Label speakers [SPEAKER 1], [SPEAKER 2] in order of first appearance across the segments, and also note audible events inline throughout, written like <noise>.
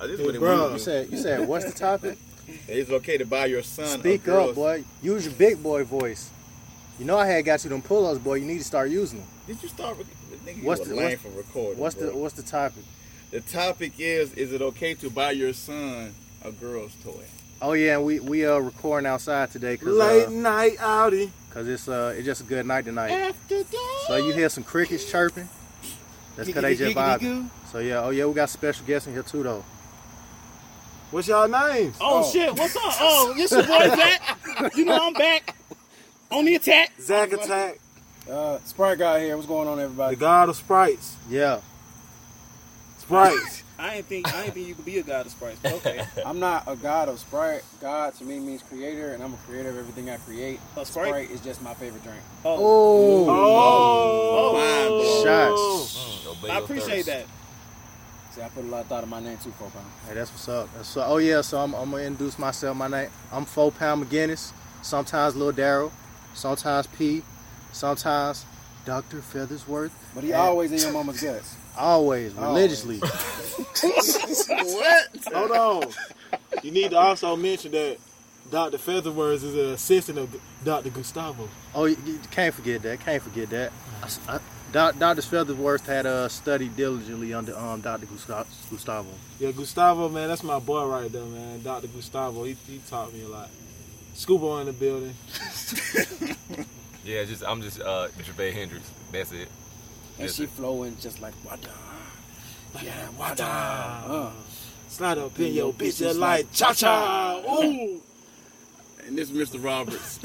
[SPEAKER 1] I just really
[SPEAKER 2] Bro,
[SPEAKER 1] wanted
[SPEAKER 2] you
[SPEAKER 1] to-
[SPEAKER 2] said you said what's the topic?
[SPEAKER 1] It's okay to buy your <laughs> son. a
[SPEAKER 2] Speak
[SPEAKER 1] girl.
[SPEAKER 2] up, boy. Use your big boy voice. You know I had got you them pull-ups, boy. You need to start using them.
[SPEAKER 1] Did you start? With, nigga,
[SPEAKER 2] What's
[SPEAKER 1] you
[SPEAKER 2] the-
[SPEAKER 1] a lame
[SPEAKER 2] what's-
[SPEAKER 1] for recording.
[SPEAKER 2] What's the
[SPEAKER 1] bro.
[SPEAKER 2] what's the topic?
[SPEAKER 1] The topic is: Is it okay to buy your son a girl's toy?
[SPEAKER 2] Oh yeah, and we we uh recording outside today cause
[SPEAKER 3] Late
[SPEAKER 2] uh,
[SPEAKER 3] night outing.
[SPEAKER 2] cause it's uh it's just a good night tonight.
[SPEAKER 3] After dark.
[SPEAKER 2] So you hear some crickets chirping? That's cause they just vibing. So yeah, oh yeah, we got special guests in here too though.
[SPEAKER 3] What's y'all names?
[SPEAKER 4] Oh, shit, what's up? Oh, it's your boy Zach. You know I'm back on the attack.
[SPEAKER 3] Zack Attack,
[SPEAKER 5] Uh, Sprite guy here. What's going on,
[SPEAKER 3] the <laughs>
[SPEAKER 5] everybody?
[SPEAKER 3] God of Sprites.
[SPEAKER 2] Yeah.
[SPEAKER 3] Sprites.
[SPEAKER 4] I ain't think I ain't think you could be a god of Sprite. but Okay,
[SPEAKER 5] I'm not a god of Sprite. God to me means creator, and I'm a creator of everything I create.
[SPEAKER 4] a Sprite.
[SPEAKER 5] Sprite is just my favorite drink.
[SPEAKER 4] Oh,
[SPEAKER 2] Oh,
[SPEAKER 4] Oh.
[SPEAKER 1] Mind
[SPEAKER 2] shots.
[SPEAKER 4] I appreciate that.
[SPEAKER 5] See, I put a lot of thought in my name too, four pound.
[SPEAKER 2] Hey, that's what's up. That's so, oh yeah, so I'm, I'm gonna introduce myself. My name I'm Four Pound McGinnis. Sometimes Lil Daryl, sometimes P, sometimes Doctor Feathersworth.
[SPEAKER 5] But he
[SPEAKER 2] Yeah.
[SPEAKER 5] always in your mama's guts.
[SPEAKER 2] Always religiously.
[SPEAKER 3] Hold on. You need to also mention that Dr. Featherwords is an assistant of Dr. Gustavo.
[SPEAKER 2] Oh, you, you can't forget that. Can't forget that. I s- I- Doc- Dr. Feathersworth had uh, studied diligently under um, Dr. Gusta- Gustavo.
[SPEAKER 3] Yeah, Gustavo, man, that's my boy right there, man. Dr. Gustavo, he, he taught me a lot. Scuba in the building.
[SPEAKER 6] Yeah, just I'm just uh Javay Hendrix. That's it.
[SPEAKER 5] And
[SPEAKER 6] Yes,
[SPEAKER 5] she
[SPEAKER 6] sir.
[SPEAKER 5] flowing just like water. Yeah, water.
[SPEAKER 3] Wada.
[SPEAKER 5] Uh,
[SPEAKER 3] Slide up in your bitch just like cha cha. Ooh.
[SPEAKER 1] And this is Mr. Roberts.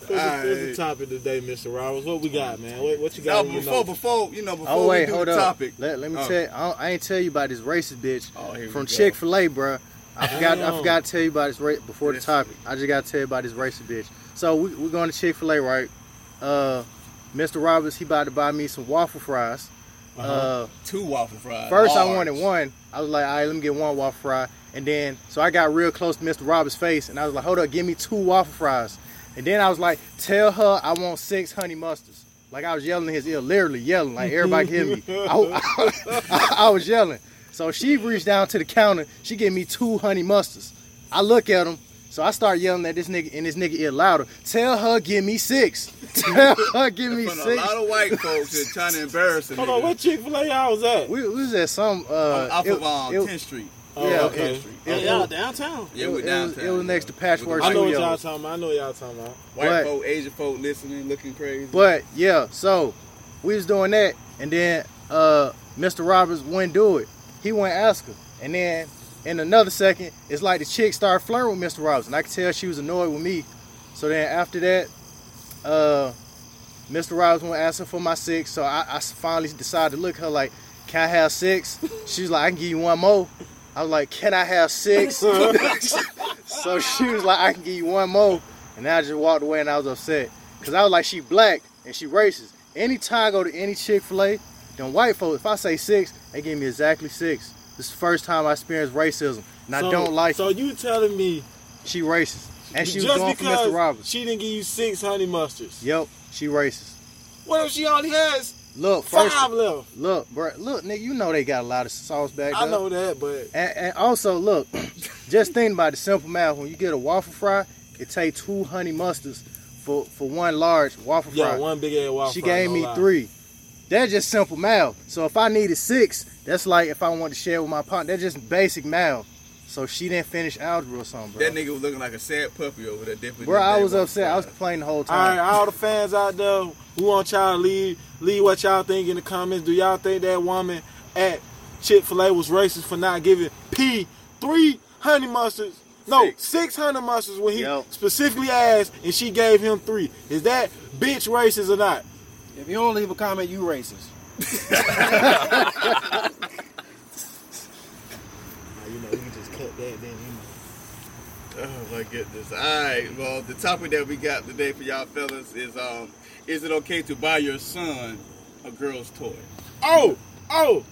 [SPEAKER 3] What's the- what's the topic today, Mr. Roberts? What we got, man? What, what you
[SPEAKER 1] <laughs> now,
[SPEAKER 3] got? on your
[SPEAKER 1] before,
[SPEAKER 3] notes?
[SPEAKER 1] before, you know, before
[SPEAKER 2] Oh wait,
[SPEAKER 1] we do
[SPEAKER 2] hold
[SPEAKER 1] the
[SPEAKER 2] up.
[SPEAKER 1] topic.
[SPEAKER 2] Let, let me
[SPEAKER 1] Oh.
[SPEAKER 2] tell you, I, don't- I ain't tell you about this racist bitch
[SPEAKER 1] Oh, here we
[SPEAKER 2] from
[SPEAKER 1] go.
[SPEAKER 2] Chick Fil A, bro. I forgot. I
[SPEAKER 3] Damn.
[SPEAKER 2] forgot to tell you about this right before the
[SPEAKER 1] Yes.
[SPEAKER 2] topic. I just got to tell you about this racist bitch. So we, we're going to Chick Fil A, right? Uh, Mr. Roberts, he about to buy me some waffle fries. uh
[SPEAKER 1] Uh-huh. Two waffle fries.
[SPEAKER 2] first I
[SPEAKER 1] large.
[SPEAKER 2] wanted one. I was like, all right, let me get one waffle fry. And then, so I got real close to Mr. Roberts' face, and I was like, hold up, give me two waffle fries. And then I was like, tell her I want six honey mustards. Like I was yelling in his ear, literally yelling, like everybody
[SPEAKER 1] <laughs>
[SPEAKER 2] hear me. I, <laughs> I- I was yelling. So she reached down to the counter. She gave me two honey mustards. I look at him. So I start yelling at this nigga in this nigga ear louder. Tell her give me six. <laughs> Tell her give me
[SPEAKER 1] In front of a
[SPEAKER 2] six.
[SPEAKER 1] lot of white folks that
[SPEAKER 2] <laughs>
[SPEAKER 1] trying to embarrass a
[SPEAKER 3] Hold
[SPEAKER 1] nigga.
[SPEAKER 3] on, what Chick fil A y'all was at?
[SPEAKER 2] We, we was at some uh,
[SPEAKER 1] off
[SPEAKER 2] it-
[SPEAKER 1] of um,
[SPEAKER 2] it-
[SPEAKER 1] 10th Street.
[SPEAKER 3] Oh,
[SPEAKER 2] yeah,
[SPEAKER 3] okay.
[SPEAKER 1] Street.
[SPEAKER 4] Oh, y'all downtown.
[SPEAKER 1] Yeah,
[SPEAKER 2] it
[SPEAKER 1] we
[SPEAKER 2] was- it was-
[SPEAKER 1] downtown.
[SPEAKER 2] it was next to Patchwork
[SPEAKER 3] I know what
[SPEAKER 2] Studios.
[SPEAKER 3] y'all talking about. I know what y'all talking about.
[SPEAKER 1] White
[SPEAKER 2] But-
[SPEAKER 1] folk, Asian folk listening, looking crazy.
[SPEAKER 2] But yeah, so we was doing that, and then uh, Mr. Roberts wouldn't do it. He wouldn't ask her, and then in another second, it's like the chick started flirting with Mr. Roberts, and I could tell she was annoyed with me. So then after that, uh, Mr. Roberts went asking for my six, so I, I finally decided to look at her like, "Can I have six? She's like, "I can give you one more." I was like, "Can I have six?
[SPEAKER 3] <laughs>
[SPEAKER 2] so she was like, "I can give you one more," and I just walked away, and I was upset. Cause I was like, she black and she racist. Anytime I go to any Chick Fil A, them white folks, if I say six, they give me exactly six. This is the first time I experienced racism, <laughs> and
[SPEAKER 3] <laughs>
[SPEAKER 2] I
[SPEAKER 3] So-
[SPEAKER 2] don't like
[SPEAKER 3] So
[SPEAKER 2] it.
[SPEAKER 3] you telling me
[SPEAKER 2] She racist, and she was
[SPEAKER 3] just
[SPEAKER 2] going for
[SPEAKER 3] because
[SPEAKER 2] Mr. Roberts.
[SPEAKER 3] she didn't give you six honey mustards?
[SPEAKER 2] Yep, she racist.
[SPEAKER 3] What if she only has
[SPEAKER 2] Look, first,
[SPEAKER 3] five left?
[SPEAKER 2] look, bro, look, nigga, you know they got a lot of sauce back there.
[SPEAKER 3] I know that, but
[SPEAKER 2] And, and also, look, <clears throat> just think about the simple math. When you get a waffle fry, it takes two honey mustards for for one large waffle
[SPEAKER 3] yeah,
[SPEAKER 2] fry.
[SPEAKER 3] one big ass waffle.
[SPEAKER 2] She
[SPEAKER 3] fry,
[SPEAKER 2] gave
[SPEAKER 3] no
[SPEAKER 2] me
[SPEAKER 3] lie.
[SPEAKER 2] three. That's just simple math. So if I needed six, that's like if I wanted to share with my partner. That's just basic math. So she didn't finish algebra or something, bro.
[SPEAKER 1] that nigga was looking like a sad puppy over there. Dipping
[SPEAKER 2] bro,
[SPEAKER 1] in
[SPEAKER 2] I
[SPEAKER 1] that
[SPEAKER 2] was
[SPEAKER 1] waffle
[SPEAKER 2] upset. I was
[SPEAKER 1] fry.
[SPEAKER 2] complaining the whole
[SPEAKER 3] All right,
[SPEAKER 2] time.
[SPEAKER 3] all the fans out there, we want y'all to leave leave what y'all think in the comments. Do y'all think that woman at Chick Fil A was racist for not giving P three honey mustards? No,
[SPEAKER 1] Six.
[SPEAKER 3] six hundred mustards when he
[SPEAKER 2] Yep.
[SPEAKER 3] specifically asked, and she gave him three. Is that bitch racist or not?
[SPEAKER 5] If you don't leave a comment, you racist.
[SPEAKER 3] You know, you just cut that. Then you
[SPEAKER 1] Oh my goodness. All right. Well, the topic that we got today for y'all fellas is um, is it okay to buy your son a girl's toy?
[SPEAKER 3] oh oh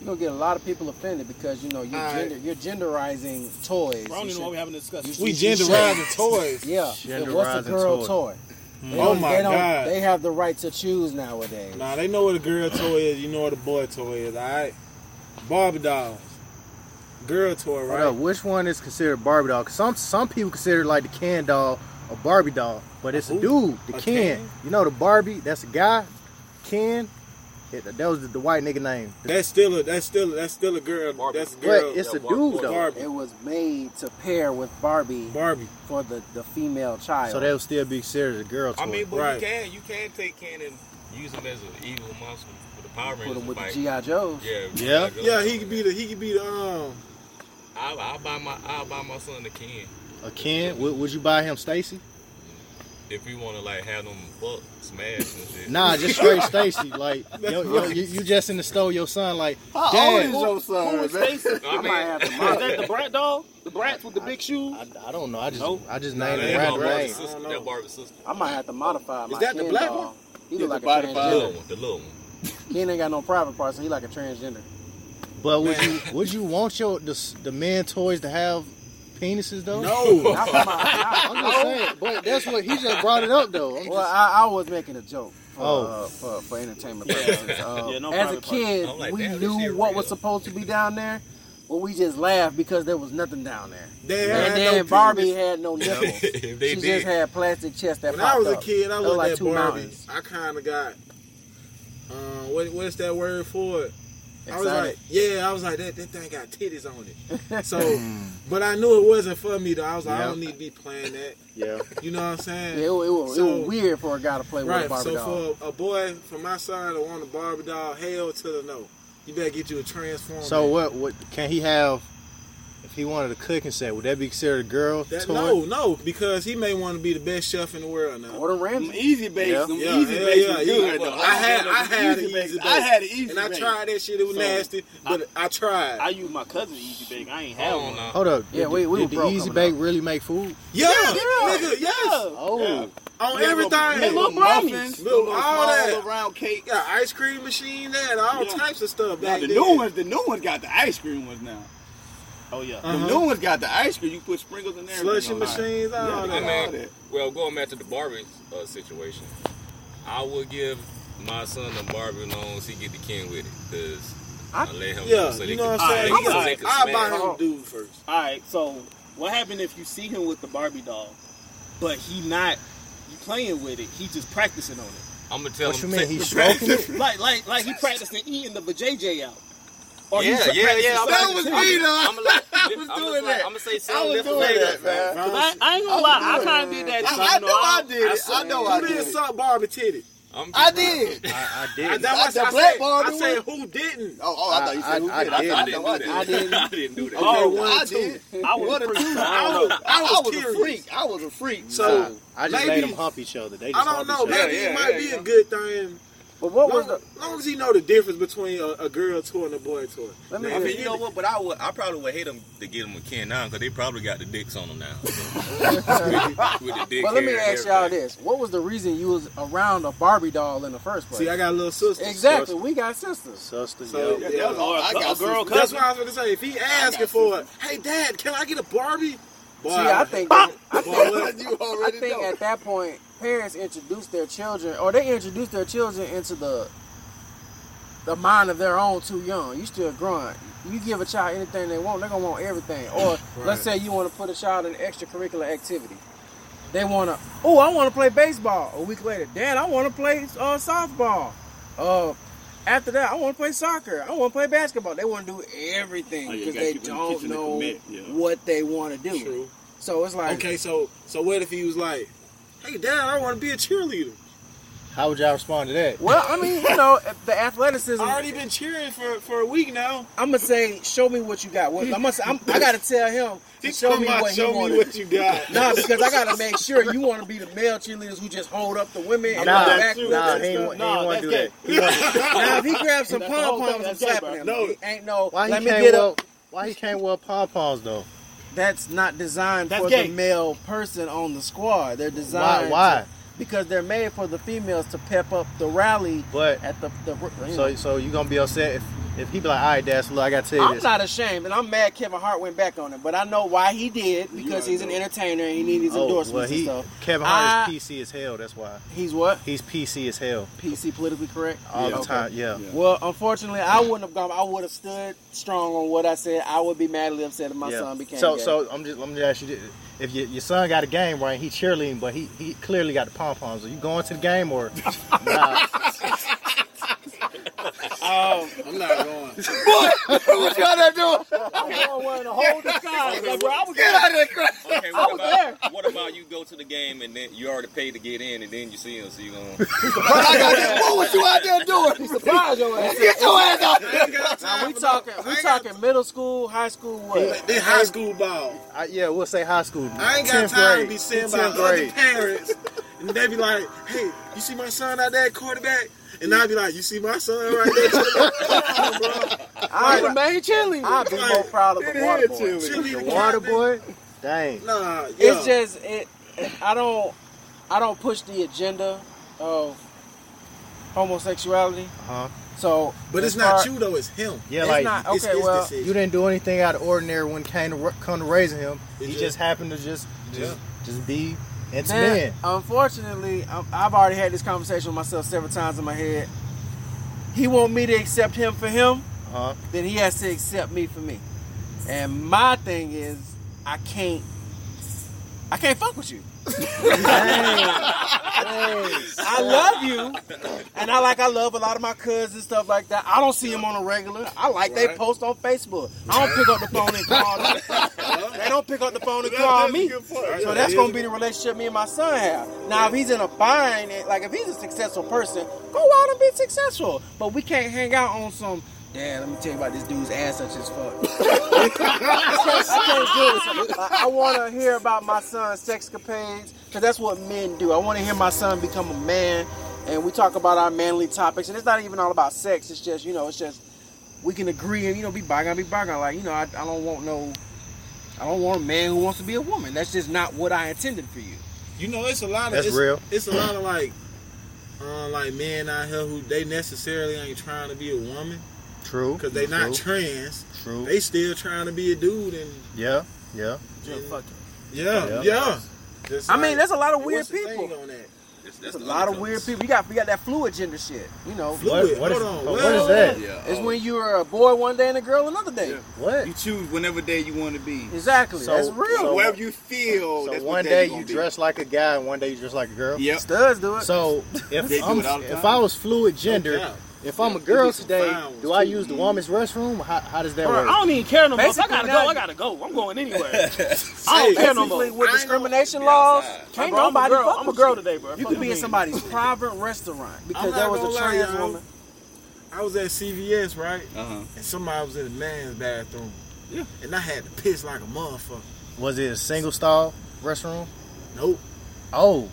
[SPEAKER 5] You're gonna get a lot of people offended because you know you're
[SPEAKER 3] All right.
[SPEAKER 5] gender you're genderizing toys.
[SPEAKER 4] I don't even
[SPEAKER 5] You
[SPEAKER 4] know why
[SPEAKER 5] should-
[SPEAKER 4] we're having a discussion.
[SPEAKER 3] we genderizing toys.
[SPEAKER 5] yeah. and What's
[SPEAKER 2] Genderizing
[SPEAKER 5] a girl
[SPEAKER 2] toy.
[SPEAKER 5] toy? They
[SPEAKER 3] Oh
[SPEAKER 5] don't-
[SPEAKER 3] my
[SPEAKER 5] they don't-
[SPEAKER 3] God.
[SPEAKER 5] They have the right to choose nowadays.
[SPEAKER 3] Nah, they know what a girl toy is. You know what a boy toy is. All right, Barbie dolls, girl toy,
[SPEAKER 2] Hold
[SPEAKER 3] right?
[SPEAKER 2] up, which one is considered Barbie doll? 'Cause some some people consider like the Ken doll a Barbie doll, but it's a
[SPEAKER 3] Who?
[SPEAKER 2] dude, the
[SPEAKER 3] A
[SPEAKER 2] Ken.
[SPEAKER 3] Ken?
[SPEAKER 2] You know the Barbie, that's a guy. Ken, it, that was the, the white nigga name.
[SPEAKER 3] That's still a that's still a, that's still a girl.
[SPEAKER 6] Barbie.
[SPEAKER 3] That's a
[SPEAKER 2] But
[SPEAKER 3] girl.
[SPEAKER 2] it's a
[SPEAKER 6] that walk-
[SPEAKER 2] dude though,
[SPEAKER 3] Barbie.
[SPEAKER 5] It was made to pair with Barbie
[SPEAKER 3] Barbie.
[SPEAKER 5] for the, the female child.
[SPEAKER 2] so they'll still be considered a girl toy.
[SPEAKER 7] I mean, but
[SPEAKER 3] Right.
[SPEAKER 7] you can you can take Ken and use him as an evil monster for the Power
[SPEAKER 5] Put
[SPEAKER 7] Rangers
[SPEAKER 5] them with the
[SPEAKER 7] fight.
[SPEAKER 5] GI Joes.
[SPEAKER 7] yeah,
[SPEAKER 2] Yeah.
[SPEAKER 7] like, uh,
[SPEAKER 3] Yeah, he could be the he could be the um.
[SPEAKER 7] I'll, I'll buy my I'll buy my son the Ken
[SPEAKER 2] a Ken? Would, would you buy him Stacy?
[SPEAKER 7] if we want to like have them fuck smash and shit.
[SPEAKER 2] Nah, just straight Stacy. Like yo, yo, you, you just in the store, your son like, Dad,
[SPEAKER 1] Who- your son,
[SPEAKER 4] Who is
[SPEAKER 1] man?
[SPEAKER 4] Stacy? Is
[SPEAKER 7] I
[SPEAKER 5] I
[SPEAKER 7] mean,
[SPEAKER 5] might have to
[SPEAKER 4] that the brat doll? The brats with the big shoes?
[SPEAKER 2] I, I don't know. I just
[SPEAKER 4] Nope.
[SPEAKER 2] I just
[SPEAKER 3] Nah,
[SPEAKER 2] named
[SPEAKER 3] they
[SPEAKER 2] it
[SPEAKER 7] that
[SPEAKER 2] right
[SPEAKER 3] Brad
[SPEAKER 7] Barbie
[SPEAKER 3] Ryan.
[SPEAKER 2] right.
[SPEAKER 7] sister,
[SPEAKER 3] I don't know.
[SPEAKER 7] that Barbie sister,
[SPEAKER 5] I might have to modify my
[SPEAKER 3] that the
[SPEAKER 5] Ken
[SPEAKER 3] black
[SPEAKER 5] doll.
[SPEAKER 3] one?
[SPEAKER 5] He
[SPEAKER 1] Yeah,
[SPEAKER 5] look like a
[SPEAKER 1] the body
[SPEAKER 7] the
[SPEAKER 1] body.
[SPEAKER 5] transgender.
[SPEAKER 7] little one, the little one.
[SPEAKER 5] Ken ain't got no private parts, so he like
[SPEAKER 3] <laughs>
[SPEAKER 5] a transgender.
[SPEAKER 2] But would you would you want your the, s- the man toys to have penises though?
[SPEAKER 3] No,
[SPEAKER 5] Not for my,
[SPEAKER 2] I'm
[SPEAKER 3] Oh.
[SPEAKER 2] just saying, but that's what he just brought it up though. I'm
[SPEAKER 5] well,
[SPEAKER 2] just-
[SPEAKER 5] I, I was making a joke for,
[SPEAKER 2] Oh.
[SPEAKER 5] uh, for, for entertainment purposes. Uh,
[SPEAKER 4] Yeah, no
[SPEAKER 5] as a
[SPEAKER 4] private parts.
[SPEAKER 5] kid,
[SPEAKER 7] I'm like,
[SPEAKER 5] we
[SPEAKER 7] damn, this
[SPEAKER 5] knew
[SPEAKER 7] shit
[SPEAKER 5] what
[SPEAKER 7] real.
[SPEAKER 5] was supposed to be down there, but we just laughed because there was nothing down there.
[SPEAKER 3] they
[SPEAKER 5] And
[SPEAKER 3] had
[SPEAKER 5] then
[SPEAKER 3] no
[SPEAKER 5] Barbie
[SPEAKER 3] penis. <laughs>
[SPEAKER 5] had no nipples.
[SPEAKER 7] if they
[SPEAKER 5] she
[SPEAKER 7] did,
[SPEAKER 5] just had plastic chest that
[SPEAKER 3] When
[SPEAKER 5] popped
[SPEAKER 3] I was a
[SPEAKER 5] up.
[SPEAKER 3] kid, I
[SPEAKER 5] Looked
[SPEAKER 3] looked
[SPEAKER 5] like
[SPEAKER 3] at
[SPEAKER 5] two
[SPEAKER 3] Barbie.
[SPEAKER 5] mountains.
[SPEAKER 3] I kind of got um, what what's that word for it? I was
[SPEAKER 5] Excited.
[SPEAKER 3] like, yeah, I was like that. That thing got titties on it. So, but I knew it wasn't for me though. I was like, I
[SPEAKER 2] Yeah.
[SPEAKER 3] don't need to be playing that.
[SPEAKER 2] yeah.
[SPEAKER 3] You know what I'm
[SPEAKER 5] Yeah,
[SPEAKER 3] saying?
[SPEAKER 5] it, was, it, was, it
[SPEAKER 3] So-
[SPEAKER 5] was weird for a guy to play with a
[SPEAKER 3] Right.
[SPEAKER 5] Barbie
[SPEAKER 3] So
[SPEAKER 5] doll.
[SPEAKER 3] for a, a boy from my side to want a Barbie doll, hell to the no. You better get you a transformer.
[SPEAKER 2] So what? What can he have? If he wanted a cooking set, would that be considered a girl
[SPEAKER 3] That,
[SPEAKER 2] toy?
[SPEAKER 3] no, no, because he may want to be the best chef in the world now.
[SPEAKER 5] Gordon
[SPEAKER 4] Them
[SPEAKER 5] Ramsay.
[SPEAKER 4] easy baits.
[SPEAKER 2] Yeah.
[SPEAKER 4] Them
[SPEAKER 3] Yeah,
[SPEAKER 4] easy
[SPEAKER 3] yeah,
[SPEAKER 4] baits
[SPEAKER 3] yeah,
[SPEAKER 4] was
[SPEAKER 3] yeah.
[SPEAKER 4] good.
[SPEAKER 3] Well,
[SPEAKER 4] though.
[SPEAKER 3] I had- I had an
[SPEAKER 4] bait.
[SPEAKER 3] easy
[SPEAKER 4] I
[SPEAKER 3] bait.
[SPEAKER 4] had an easy
[SPEAKER 3] And I
[SPEAKER 4] bait.
[SPEAKER 3] tried that shit. It was
[SPEAKER 4] So,
[SPEAKER 3] nasty, but I, tried.
[SPEAKER 4] I used my cousin's easy bake. I ain't
[SPEAKER 7] I
[SPEAKER 4] had
[SPEAKER 3] Oh,
[SPEAKER 7] don't
[SPEAKER 4] one.
[SPEAKER 7] know.
[SPEAKER 2] Hold up.
[SPEAKER 5] Yeah,
[SPEAKER 2] did,
[SPEAKER 5] we- we
[SPEAKER 2] did
[SPEAKER 5] were
[SPEAKER 2] the
[SPEAKER 5] broke
[SPEAKER 2] Easy
[SPEAKER 5] coming
[SPEAKER 2] Bake really make food?
[SPEAKER 3] yeah,
[SPEAKER 4] yeah.
[SPEAKER 3] nigga, yes,
[SPEAKER 4] Yeah.
[SPEAKER 2] Oh,
[SPEAKER 4] Yeah.
[SPEAKER 3] on
[SPEAKER 4] Yeah,
[SPEAKER 3] everything.
[SPEAKER 4] little- Hey, little brownies.
[SPEAKER 3] muffins, little- all that.
[SPEAKER 4] small round cake.
[SPEAKER 3] got ice cream machine and all
[SPEAKER 4] Yeah.
[SPEAKER 3] types of stuff
[SPEAKER 4] Now
[SPEAKER 3] back
[SPEAKER 4] the
[SPEAKER 3] then.
[SPEAKER 4] new ones, the new ones got the ice cream ones now. Oh yeah,
[SPEAKER 3] Uh-huh.
[SPEAKER 4] the new ones got the ice cream. You put sprinkles in there.
[SPEAKER 3] Slushy machines, all
[SPEAKER 4] Yeah,
[SPEAKER 3] that.
[SPEAKER 4] they
[SPEAKER 7] man.
[SPEAKER 4] got all that.
[SPEAKER 7] Well, going back to the Barbie uh, situation, I would give my son the Barbie loans. He get the Ken with it, cause I,
[SPEAKER 5] I-
[SPEAKER 7] let him.
[SPEAKER 3] Yeah,
[SPEAKER 7] so they
[SPEAKER 3] you know
[SPEAKER 7] can-
[SPEAKER 3] what I'm saying?
[SPEAKER 7] so they can-
[SPEAKER 4] I-
[SPEAKER 7] they can
[SPEAKER 3] I'll
[SPEAKER 7] smash.
[SPEAKER 3] buy him dude first.
[SPEAKER 4] All right, so what happened if you see him with the Barbie doll, but he not you playing with it? He just practicing on it,
[SPEAKER 7] I'm gonna tell
[SPEAKER 2] what you
[SPEAKER 7] him.
[SPEAKER 2] mean?
[SPEAKER 7] take- <laughs>
[SPEAKER 2] He's stroking it?
[SPEAKER 4] like like like he practicing eating the vajayjay out.
[SPEAKER 5] Oh,
[SPEAKER 4] Or he
[SPEAKER 7] Yeah,
[SPEAKER 4] pra-
[SPEAKER 7] yeah,
[SPEAKER 4] practicing
[SPEAKER 7] yeah. I'm
[SPEAKER 4] something
[SPEAKER 7] like-
[SPEAKER 4] too.
[SPEAKER 7] I'm- I'm
[SPEAKER 5] <laughs>
[SPEAKER 7] like- I'm just like- I'm gonna say something different later.
[SPEAKER 3] man.
[SPEAKER 4] I, I ain't gonna lie, I kind of did that. too,
[SPEAKER 7] I
[SPEAKER 4] you
[SPEAKER 7] know
[SPEAKER 4] I-
[SPEAKER 7] I did it. I
[SPEAKER 4] saw-
[SPEAKER 7] know
[SPEAKER 3] Who did suck Barbie titty?
[SPEAKER 7] I'm
[SPEAKER 4] I
[SPEAKER 7] just-
[SPEAKER 4] did.
[SPEAKER 2] I, I
[SPEAKER 3] I,
[SPEAKER 2] did.
[SPEAKER 3] that was,
[SPEAKER 4] the
[SPEAKER 3] I,
[SPEAKER 4] black
[SPEAKER 3] said,
[SPEAKER 4] Barbie
[SPEAKER 3] I said who didn't?
[SPEAKER 4] Oh, oh, I thought you said who
[SPEAKER 2] I- I
[SPEAKER 4] did. I,
[SPEAKER 2] did.
[SPEAKER 4] thought-
[SPEAKER 7] I
[SPEAKER 4] I
[SPEAKER 7] didn't
[SPEAKER 4] thought
[SPEAKER 7] do
[SPEAKER 4] I
[SPEAKER 7] that.
[SPEAKER 4] did.
[SPEAKER 7] I didn't, do that.
[SPEAKER 4] Oh,
[SPEAKER 3] one,
[SPEAKER 4] I
[SPEAKER 3] two.
[SPEAKER 4] did. I was
[SPEAKER 3] One
[SPEAKER 4] a
[SPEAKER 3] or
[SPEAKER 4] freak.
[SPEAKER 3] two.
[SPEAKER 4] I was,
[SPEAKER 3] I
[SPEAKER 4] I
[SPEAKER 3] was
[SPEAKER 4] was, a
[SPEAKER 3] curious.
[SPEAKER 4] freak. I was a freak.
[SPEAKER 3] So
[SPEAKER 2] I just made
[SPEAKER 3] maybe-
[SPEAKER 2] them hump each other. They
[SPEAKER 3] I
[SPEAKER 2] just
[SPEAKER 3] don't
[SPEAKER 2] hump
[SPEAKER 3] know.
[SPEAKER 2] each other.
[SPEAKER 3] Maybe
[SPEAKER 6] Yeah,
[SPEAKER 3] it
[SPEAKER 6] yeah,
[SPEAKER 3] might
[SPEAKER 6] yeah,
[SPEAKER 3] be
[SPEAKER 6] yeah.
[SPEAKER 3] a good thing.
[SPEAKER 5] But what was
[SPEAKER 3] Long,
[SPEAKER 5] the?
[SPEAKER 3] long as he know the difference between a, a girl toy and a boy toy.
[SPEAKER 5] Let me
[SPEAKER 3] Now,
[SPEAKER 5] hear
[SPEAKER 3] if
[SPEAKER 5] you.
[SPEAKER 3] he
[SPEAKER 7] You know what? But I would. I probably would hate them to get them a Ken now because they probably got the dicks
[SPEAKER 5] <laughs>
[SPEAKER 7] on them now. with the dick
[SPEAKER 5] But let me
[SPEAKER 7] hair and
[SPEAKER 5] ask y'all
[SPEAKER 7] everything.
[SPEAKER 5] this: What was the reason you was around a Barbie doll in the first place?
[SPEAKER 3] See, I got a little sister.
[SPEAKER 5] exactly, we got sisters.
[SPEAKER 2] Sister,
[SPEAKER 3] So,
[SPEAKER 2] yeah.
[SPEAKER 3] yeah.
[SPEAKER 4] or a,
[SPEAKER 6] I
[SPEAKER 4] a
[SPEAKER 6] got
[SPEAKER 4] girl
[SPEAKER 3] That's
[SPEAKER 4] cousin.
[SPEAKER 3] what I was gonna say. If he asking for it, hey dad, can I get a Barbie? Boy,
[SPEAKER 5] See, I think I
[SPEAKER 3] <laughs> boy,
[SPEAKER 4] <laughs>
[SPEAKER 5] think
[SPEAKER 3] what-
[SPEAKER 6] You
[SPEAKER 5] I
[SPEAKER 6] already
[SPEAKER 5] think at that point, parents introduce their children, or they introduce their children into the the mind of their own too young. You still growing. You give a child anything they want, they're gonna want everything. Or let's say you want to put a child in extracurricular activity. They wanna, oh, I want to play baseball. A week later, Dad, I want to play uh, softball. Uh, after that, I want to play soccer. I want to play basketball. They want to do everything
[SPEAKER 4] Oh, yeah, you
[SPEAKER 5] because
[SPEAKER 4] gotta
[SPEAKER 5] they
[SPEAKER 4] keep them
[SPEAKER 5] don't
[SPEAKER 4] kitchen to
[SPEAKER 5] know
[SPEAKER 4] commit, yeah.
[SPEAKER 5] what they want to do.
[SPEAKER 3] True.
[SPEAKER 5] So it's like,
[SPEAKER 3] Okay, so so what if he was like, hey dad, I want to be a cheerleader.
[SPEAKER 2] How would y'all respond to that?
[SPEAKER 5] Well, I mean, you know, the athleticism.
[SPEAKER 3] I already been cheering for for a week now.
[SPEAKER 5] I'm gonna say, show me what you got. What, I'm gonna say, I'm, I gotta tell him to
[SPEAKER 3] He
[SPEAKER 5] show
[SPEAKER 3] come
[SPEAKER 5] me
[SPEAKER 3] out,
[SPEAKER 5] what he
[SPEAKER 3] show me
[SPEAKER 5] wanted.
[SPEAKER 3] what you got.
[SPEAKER 5] Nah, because I gotta make sure you want to be the male cheerleaders who just hold up the women and
[SPEAKER 2] Nah,
[SPEAKER 5] go back with
[SPEAKER 2] nah,
[SPEAKER 5] them.
[SPEAKER 2] he ain't, wa- he
[SPEAKER 4] Nah,
[SPEAKER 2] ain't want
[SPEAKER 4] that's
[SPEAKER 2] to do
[SPEAKER 4] gay.
[SPEAKER 2] that. He wanna-
[SPEAKER 5] Now if he grabs some
[SPEAKER 4] That's the whole
[SPEAKER 5] pom poms
[SPEAKER 4] thing,
[SPEAKER 5] and
[SPEAKER 4] that's gay,
[SPEAKER 5] slapping them,
[SPEAKER 3] bro.
[SPEAKER 5] he ain't no.
[SPEAKER 2] why he
[SPEAKER 5] let me
[SPEAKER 2] can't
[SPEAKER 5] get
[SPEAKER 2] wear,
[SPEAKER 5] up.
[SPEAKER 2] Why he can't wear pom poms though?
[SPEAKER 5] That's not designed
[SPEAKER 4] That's
[SPEAKER 5] for
[SPEAKER 4] gay.
[SPEAKER 5] the male person on the squad. They're
[SPEAKER 2] Why?
[SPEAKER 5] designed
[SPEAKER 2] Why?
[SPEAKER 5] because they're made for the females to pep up the rally
[SPEAKER 2] But
[SPEAKER 5] at the the. you know.
[SPEAKER 2] so so you gonna be upset if If he be like, all right, Dad, so look, I gotta tell you
[SPEAKER 5] I'm
[SPEAKER 2] this.
[SPEAKER 5] not ashamed, and I'm mad Kevin Hart went back on it, but I know why he did because he's an entertainer and he needs his
[SPEAKER 2] oh, well,
[SPEAKER 5] endorsements
[SPEAKER 2] he,
[SPEAKER 5] and stuff.
[SPEAKER 2] Kevin Hart
[SPEAKER 5] I-
[SPEAKER 2] is PC as hell. That's why
[SPEAKER 5] He's what?
[SPEAKER 2] he's PC as hell
[SPEAKER 5] PC politically correct
[SPEAKER 2] all the
[SPEAKER 5] Okay.
[SPEAKER 2] time. Yeah.
[SPEAKER 1] Yeah.
[SPEAKER 5] Well, unfortunately, I wouldn't have gone. I would have stood strong on what I said. I would be madly upset if my
[SPEAKER 2] yeah.
[SPEAKER 5] son became
[SPEAKER 2] so,
[SPEAKER 5] gay.
[SPEAKER 2] so I'm just let me ask you: this. If your, your son got a game right, he cheerleading, but he, he clearly got the pom poms. Are you going to the game
[SPEAKER 3] <laughs>
[SPEAKER 2] or? nah.
[SPEAKER 1] I'm not going.
[SPEAKER 2] what y'all not doing?
[SPEAKER 5] I was on one the whole disguise. Like, bro, I was
[SPEAKER 2] Get out of the crowd.
[SPEAKER 7] Okay,
[SPEAKER 5] I
[SPEAKER 7] what
[SPEAKER 5] was
[SPEAKER 7] about what about you go to the game and then you already paid to get in and then you see him, so you gonna
[SPEAKER 2] What was you out there
[SPEAKER 5] <laughs>
[SPEAKER 2] doing?
[SPEAKER 5] surprised your ass.
[SPEAKER 2] Get your ass out!
[SPEAKER 5] Now, we talking, we talking middle school, high school, what?
[SPEAKER 3] They high school ball.
[SPEAKER 2] I, yeah, we'll say high school.
[SPEAKER 3] I ain't got
[SPEAKER 2] 10th
[SPEAKER 3] time
[SPEAKER 2] grade.
[SPEAKER 3] to be sitting by
[SPEAKER 2] 10th
[SPEAKER 3] other parents, and they be like, "Hey, you see my son out there, at quarterback?" And I be like, "You see my son right
[SPEAKER 2] <laughs>
[SPEAKER 3] there, quarterback?"
[SPEAKER 5] I
[SPEAKER 3] Right.
[SPEAKER 5] remain chilly. I'd be more proud of the water boy.
[SPEAKER 3] Come on, bro. Should be
[SPEAKER 2] The
[SPEAKER 3] the
[SPEAKER 2] water
[SPEAKER 3] captain.
[SPEAKER 2] boy? Dang.
[SPEAKER 3] Nah, yeah.
[SPEAKER 5] It's just it, it. I don't. I don't push the agenda of homosexuality.
[SPEAKER 2] Uh-huh.
[SPEAKER 5] So,
[SPEAKER 3] but it's
[SPEAKER 5] as
[SPEAKER 3] not
[SPEAKER 5] far-
[SPEAKER 3] you though. It's him.
[SPEAKER 2] Yeah,
[SPEAKER 5] It's
[SPEAKER 2] like
[SPEAKER 5] not-
[SPEAKER 3] it's
[SPEAKER 5] okay,
[SPEAKER 3] his
[SPEAKER 5] well,
[SPEAKER 3] decision.
[SPEAKER 2] you didn't do anything out of ordinary when it came to ra- come to raising him.
[SPEAKER 3] It
[SPEAKER 2] he
[SPEAKER 3] just-
[SPEAKER 2] just happened to just just just be into
[SPEAKER 5] Then,
[SPEAKER 2] men.
[SPEAKER 5] Unfortunately, I- I've already had this conversation with myself several times in my head. He want me to accept him for him,
[SPEAKER 2] Uh-huh.
[SPEAKER 5] then he has to accept me for me. And my thing is, I can't. I can't fuck with <laughs> you. I love you, and I like I love a lot of my cousins and stuff like that. I don't see them on a regular. I like they post on Facebook. I don't pick up the phone and call <laughs> them. They don't pick up the phone and call me. So that's gonna be the relationship me and my son have. Now, if he's in a bind, and- like if he's a successful person, go out and be successful. But we can't hang out on some. Dad, let me tell you about this dude's ass such as fuck. I can't do it. Like, I want to hear about my son's sex capades because that's what men do. I want to hear my son become a man, and we talk about our manly topics. And it's not even all about sex. It's just you know, it's just we can agree and you know be bygone, be bygone. Like you know, I, I don't want no, I don't want a man who wants to be a woman. That's just not what I intended for you.
[SPEAKER 3] You know, it's a lot of
[SPEAKER 2] That's
[SPEAKER 3] it's,
[SPEAKER 2] real.
[SPEAKER 3] It's a lot of like, uh, like men out here who they necessarily ain't trying to be a woman
[SPEAKER 2] True.
[SPEAKER 3] because they
[SPEAKER 2] True.
[SPEAKER 3] not trans.
[SPEAKER 2] True.
[SPEAKER 3] They still trying to be a dude and
[SPEAKER 2] yeah. Yeah.
[SPEAKER 3] yeah, yeah.
[SPEAKER 2] Yeah.
[SPEAKER 3] Just
[SPEAKER 5] I
[SPEAKER 3] like-
[SPEAKER 5] mean, there's a lot of
[SPEAKER 3] Hey,
[SPEAKER 5] weird
[SPEAKER 3] what's the thing
[SPEAKER 5] people.
[SPEAKER 3] on that?
[SPEAKER 7] that's,
[SPEAKER 5] There's
[SPEAKER 7] that's
[SPEAKER 5] a
[SPEAKER 7] the
[SPEAKER 5] lot of weird
[SPEAKER 7] undertones.
[SPEAKER 5] people. You got we got that fluid gender shit. You know,
[SPEAKER 3] Fluid.
[SPEAKER 2] What- what is-
[SPEAKER 3] Hold on.
[SPEAKER 2] what is
[SPEAKER 3] Well,
[SPEAKER 2] that?
[SPEAKER 1] Yeah.
[SPEAKER 5] it's
[SPEAKER 1] oh,
[SPEAKER 5] when you are a boy one day and a girl another day.
[SPEAKER 1] Yeah.
[SPEAKER 2] What?
[SPEAKER 1] you choose whenever day you want to be.
[SPEAKER 5] Exactly.
[SPEAKER 2] So-
[SPEAKER 5] that's real.
[SPEAKER 2] so-
[SPEAKER 1] Wherever you
[SPEAKER 3] Oh,
[SPEAKER 1] feel.
[SPEAKER 2] so
[SPEAKER 1] that's what
[SPEAKER 2] one day
[SPEAKER 1] you
[SPEAKER 2] you
[SPEAKER 1] gonna be. <laughs>
[SPEAKER 2] dress like a guy and one day you dress like a girl.
[SPEAKER 1] Yep.
[SPEAKER 5] Studs do
[SPEAKER 3] <laughs>
[SPEAKER 5] it.
[SPEAKER 2] So if
[SPEAKER 1] They do
[SPEAKER 2] I'm,
[SPEAKER 1] it all the
[SPEAKER 2] if
[SPEAKER 1] time.
[SPEAKER 2] I was fluid gender,
[SPEAKER 3] doubt.
[SPEAKER 2] if I'm a
[SPEAKER 3] Yeah,
[SPEAKER 2] girl
[SPEAKER 3] it'd be some
[SPEAKER 2] today,
[SPEAKER 3] fine ones
[SPEAKER 2] do I
[SPEAKER 3] too.
[SPEAKER 2] use the woman's restroom? How, how does that
[SPEAKER 4] Bro, I
[SPEAKER 2] work?
[SPEAKER 4] don't even care no more. If I
[SPEAKER 5] Basically,
[SPEAKER 4] gotta
[SPEAKER 5] now
[SPEAKER 4] go, I
[SPEAKER 5] you-
[SPEAKER 4] gotta go. I'm
[SPEAKER 1] <laughs>
[SPEAKER 4] going anywhere. I don't care no more.
[SPEAKER 5] Basically, with
[SPEAKER 3] I ain't
[SPEAKER 5] discrimination
[SPEAKER 7] gonna-
[SPEAKER 5] laws,
[SPEAKER 7] Yeah, outside.
[SPEAKER 5] can't
[SPEAKER 4] Bro, I'm a
[SPEAKER 5] nobody
[SPEAKER 4] girl.
[SPEAKER 5] fuck
[SPEAKER 4] I'm a
[SPEAKER 5] with
[SPEAKER 4] girl
[SPEAKER 5] you.
[SPEAKER 4] today, bro.
[SPEAKER 5] You
[SPEAKER 4] Fuck
[SPEAKER 5] could be in
[SPEAKER 4] mean?
[SPEAKER 5] somebody's private restaurant
[SPEAKER 3] I'm
[SPEAKER 5] because
[SPEAKER 3] not
[SPEAKER 5] there was
[SPEAKER 3] gonna
[SPEAKER 5] a
[SPEAKER 3] lie,
[SPEAKER 5] trans
[SPEAKER 3] y'all.
[SPEAKER 5] woman.
[SPEAKER 3] I was at CVS right,
[SPEAKER 1] Uh-huh.
[SPEAKER 3] and somebody was in the man's bathroom.
[SPEAKER 1] Yeah.
[SPEAKER 3] And I had to piss like a motherfucker.
[SPEAKER 2] Was it a single stall restroom?
[SPEAKER 3] Nope.
[SPEAKER 2] Oh.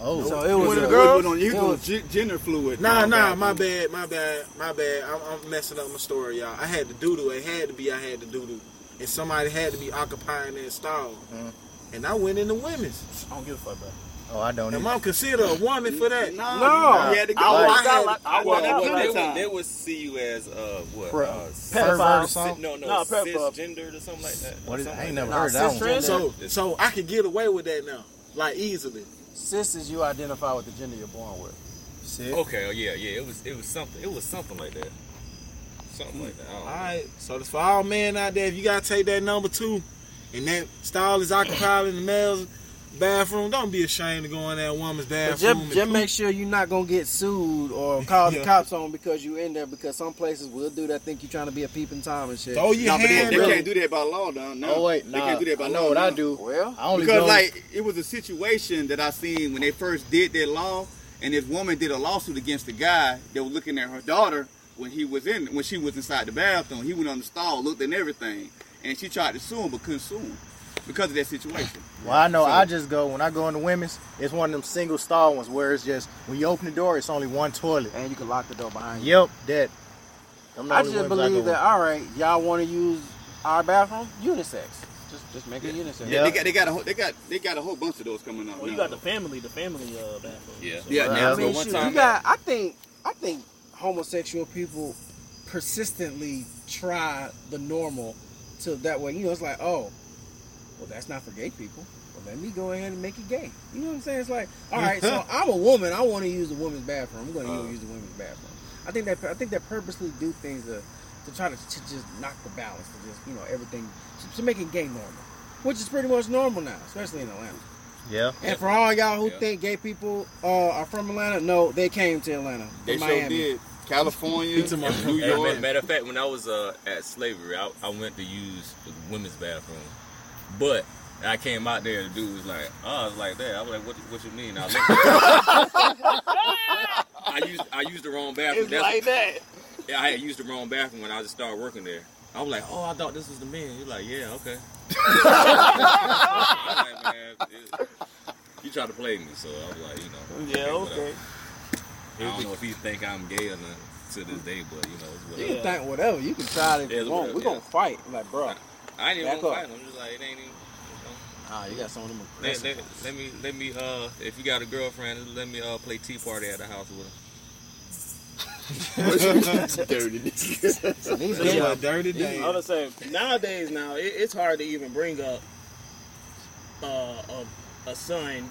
[SPEAKER 2] Oh.
[SPEAKER 5] So it
[SPEAKER 1] You
[SPEAKER 5] was
[SPEAKER 1] would've-
[SPEAKER 5] a
[SPEAKER 1] would've on- You
[SPEAKER 5] girl.
[SPEAKER 1] was g- gender fluid.
[SPEAKER 3] Nah, nah, my bad, my bad, my bad. I'm, I'm messing up my story, y'all. I had to doo-doo. It had to be I had to doo-doo. And somebody had to be occupying that stall.
[SPEAKER 2] Mhm.
[SPEAKER 1] Mm-hmm.
[SPEAKER 3] And I went in the women's.
[SPEAKER 4] I don't give a fuck, bro.
[SPEAKER 2] Oh, I don't.
[SPEAKER 3] Am
[SPEAKER 2] Either.
[SPEAKER 3] I considered a woman for that?
[SPEAKER 1] No,
[SPEAKER 5] No.
[SPEAKER 1] you had to go.
[SPEAKER 4] I walked
[SPEAKER 3] had-
[SPEAKER 4] out like I
[SPEAKER 1] I
[SPEAKER 4] walked
[SPEAKER 1] had-
[SPEAKER 4] out
[SPEAKER 1] I
[SPEAKER 7] Well,
[SPEAKER 1] had-
[SPEAKER 4] like
[SPEAKER 7] they,
[SPEAKER 1] One time.
[SPEAKER 7] would, they would see you as uh what?
[SPEAKER 2] Bro,
[SPEAKER 7] uh,
[SPEAKER 2] pervert
[SPEAKER 4] pedophile.
[SPEAKER 2] or
[SPEAKER 7] cis-
[SPEAKER 2] something?
[SPEAKER 7] no, no,
[SPEAKER 4] Nah, prep up.
[SPEAKER 7] cisgendered or something like that.
[SPEAKER 2] What is?
[SPEAKER 7] Something
[SPEAKER 2] I ain't
[SPEAKER 7] like
[SPEAKER 2] never
[SPEAKER 5] Nah,
[SPEAKER 2] heard of that
[SPEAKER 5] cis-
[SPEAKER 2] one.
[SPEAKER 3] So, so I could get away with that now, like easily.
[SPEAKER 5] Sisters, you identify with the gender you're born with.
[SPEAKER 7] that.
[SPEAKER 2] Sis.
[SPEAKER 7] Okay, oh, yeah, yeah. It was it was something. It was something like that. Something like that. I don't
[SPEAKER 3] All
[SPEAKER 7] know.
[SPEAKER 3] right. So that's for all men out there. If you gotta take that number two, and that stall is occupied in the male's bathroom, don't be ashamed to go in that woman's
[SPEAKER 5] But
[SPEAKER 3] bathroom.
[SPEAKER 5] just,
[SPEAKER 3] and
[SPEAKER 5] just
[SPEAKER 3] poop.
[SPEAKER 5] make sure you're not gonna get sued or call the
[SPEAKER 3] Yeah.
[SPEAKER 5] cops on because you in there because some places will do that. Think you're trying to be a peeping tom and shit.
[SPEAKER 3] Throw your
[SPEAKER 1] No, but they,
[SPEAKER 3] hand.
[SPEAKER 1] they
[SPEAKER 3] up.
[SPEAKER 1] can't do that by law, though. No.
[SPEAKER 2] Oh wait,
[SPEAKER 1] they
[SPEAKER 2] nah.
[SPEAKER 1] can't do that by
[SPEAKER 2] I
[SPEAKER 1] law.
[SPEAKER 2] know what I
[SPEAKER 1] no.
[SPEAKER 2] do.
[SPEAKER 5] Well,
[SPEAKER 2] I only
[SPEAKER 1] because
[SPEAKER 2] go,
[SPEAKER 1] like it was a situation that I seen when they first did their law, and this woman did a lawsuit against the guy that was looking at her daughter when he was in when she was inside the bathroom. He went on the stall, looked at everything, and she tried to sue him but couldn't sue him because of that situation.
[SPEAKER 2] Well, I know
[SPEAKER 1] So-
[SPEAKER 2] I just go when I go in the women's. It's one of them single stall ones where it's just when you open the door, it's only one toilet.
[SPEAKER 5] and you can lock the door behind you.
[SPEAKER 2] Yep, that. I'm
[SPEAKER 5] I just believe that. All right, y'all want to use our bathroom? Unisex. Just, just make it unisex.
[SPEAKER 2] Yeah.
[SPEAKER 1] They got they got a whole, they got they got a whole bunch of those coming out.
[SPEAKER 4] Well, you
[SPEAKER 1] now.
[SPEAKER 4] got the family, the family uh, bathroom.
[SPEAKER 7] Yeah.
[SPEAKER 1] yeah,
[SPEAKER 2] Well,
[SPEAKER 1] now
[SPEAKER 5] I mean,
[SPEAKER 7] one
[SPEAKER 5] shoot,
[SPEAKER 7] time
[SPEAKER 5] you got. I think I think homosexual people persistently try the normal till that way, you know, it's like, oh, well, that's not for gay people. Well, let me go ahead and make it gay. You know what I'm saying? It's like, all right,
[SPEAKER 1] <laughs>
[SPEAKER 5] so I'm a woman. I want to use the women's bathroom. I'm going
[SPEAKER 1] Uh.
[SPEAKER 5] to use the women's bathroom. I think that I think that purposely do things to, to try to, to just knock the balance, to just you know everything, to, to make it gay normal, which is pretty much normal now, especially in Atlanta.
[SPEAKER 2] Yeah.
[SPEAKER 5] And for all y'all who
[SPEAKER 7] Yeah.
[SPEAKER 5] think gay people uh, are from Atlanta, no, they came to Atlanta from
[SPEAKER 1] They
[SPEAKER 5] Miami.
[SPEAKER 1] sure did. California,
[SPEAKER 4] <laughs>
[SPEAKER 1] New
[SPEAKER 7] Hey, ma-
[SPEAKER 1] York. <laughs>
[SPEAKER 7] matter of fact, when I was uh, at slavery, I, I went to use the women's bathroom, but I came out there. The dude was like, "Oh, I was like that." I was like, "What? What you mean?" I, looked I used I used the wrong bathroom. That's-
[SPEAKER 4] that.
[SPEAKER 7] yeah, I had used the wrong bathroom when I just started working there. I was like, "Oh, I thought this was the men." You're like, "Yeah, okay." I'm like, man, it- you tried to play me, so I was like, you know.
[SPEAKER 4] Yeah,
[SPEAKER 7] whatever.
[SPEAKER 4] okay.
[SPEAKER 7] I don't know if he think I'm gay or not to this day, but you know, it's
[SPEAKER 5] You
[SPEAKER 7] whatever.
[SPEAKER 5] can think whatever. You can try it if
[SPEAKER 7] Yeah,
[SPEAKER 5] you want.
[SPEAKER 7] whatever,
[SPEAKER 5] We're
[SPEAKER 7] yeah.
[SPEAKER 5] gonna fight, like, bro.
[SPEAKER 7] I ain't
[SPEAKER 5] Back
[SPEAKER 7] even gonna
[SPEAKER 5] up.
[SPEAKER 7] fight him. I'm just like, it ain't even.
[SPEAKER 5] Ah, you got some of them
[SPEAKER 7] Let,
[SPEAKER 5] aggressive.
[SPEAKER 7] let, let me, let me, uh, if you got a girlfriend, let me, uh, play tea party at the house with her.
[SPEAKER 5] These
[SPEAKER 4] These
[SPEAKER 5] gay-
[SPEAKER 4] are
[SPEAKER 3] dirty
[SPEAKER 4] I was gonna say nowadays now it, it's hard to even bring up uh, a, a son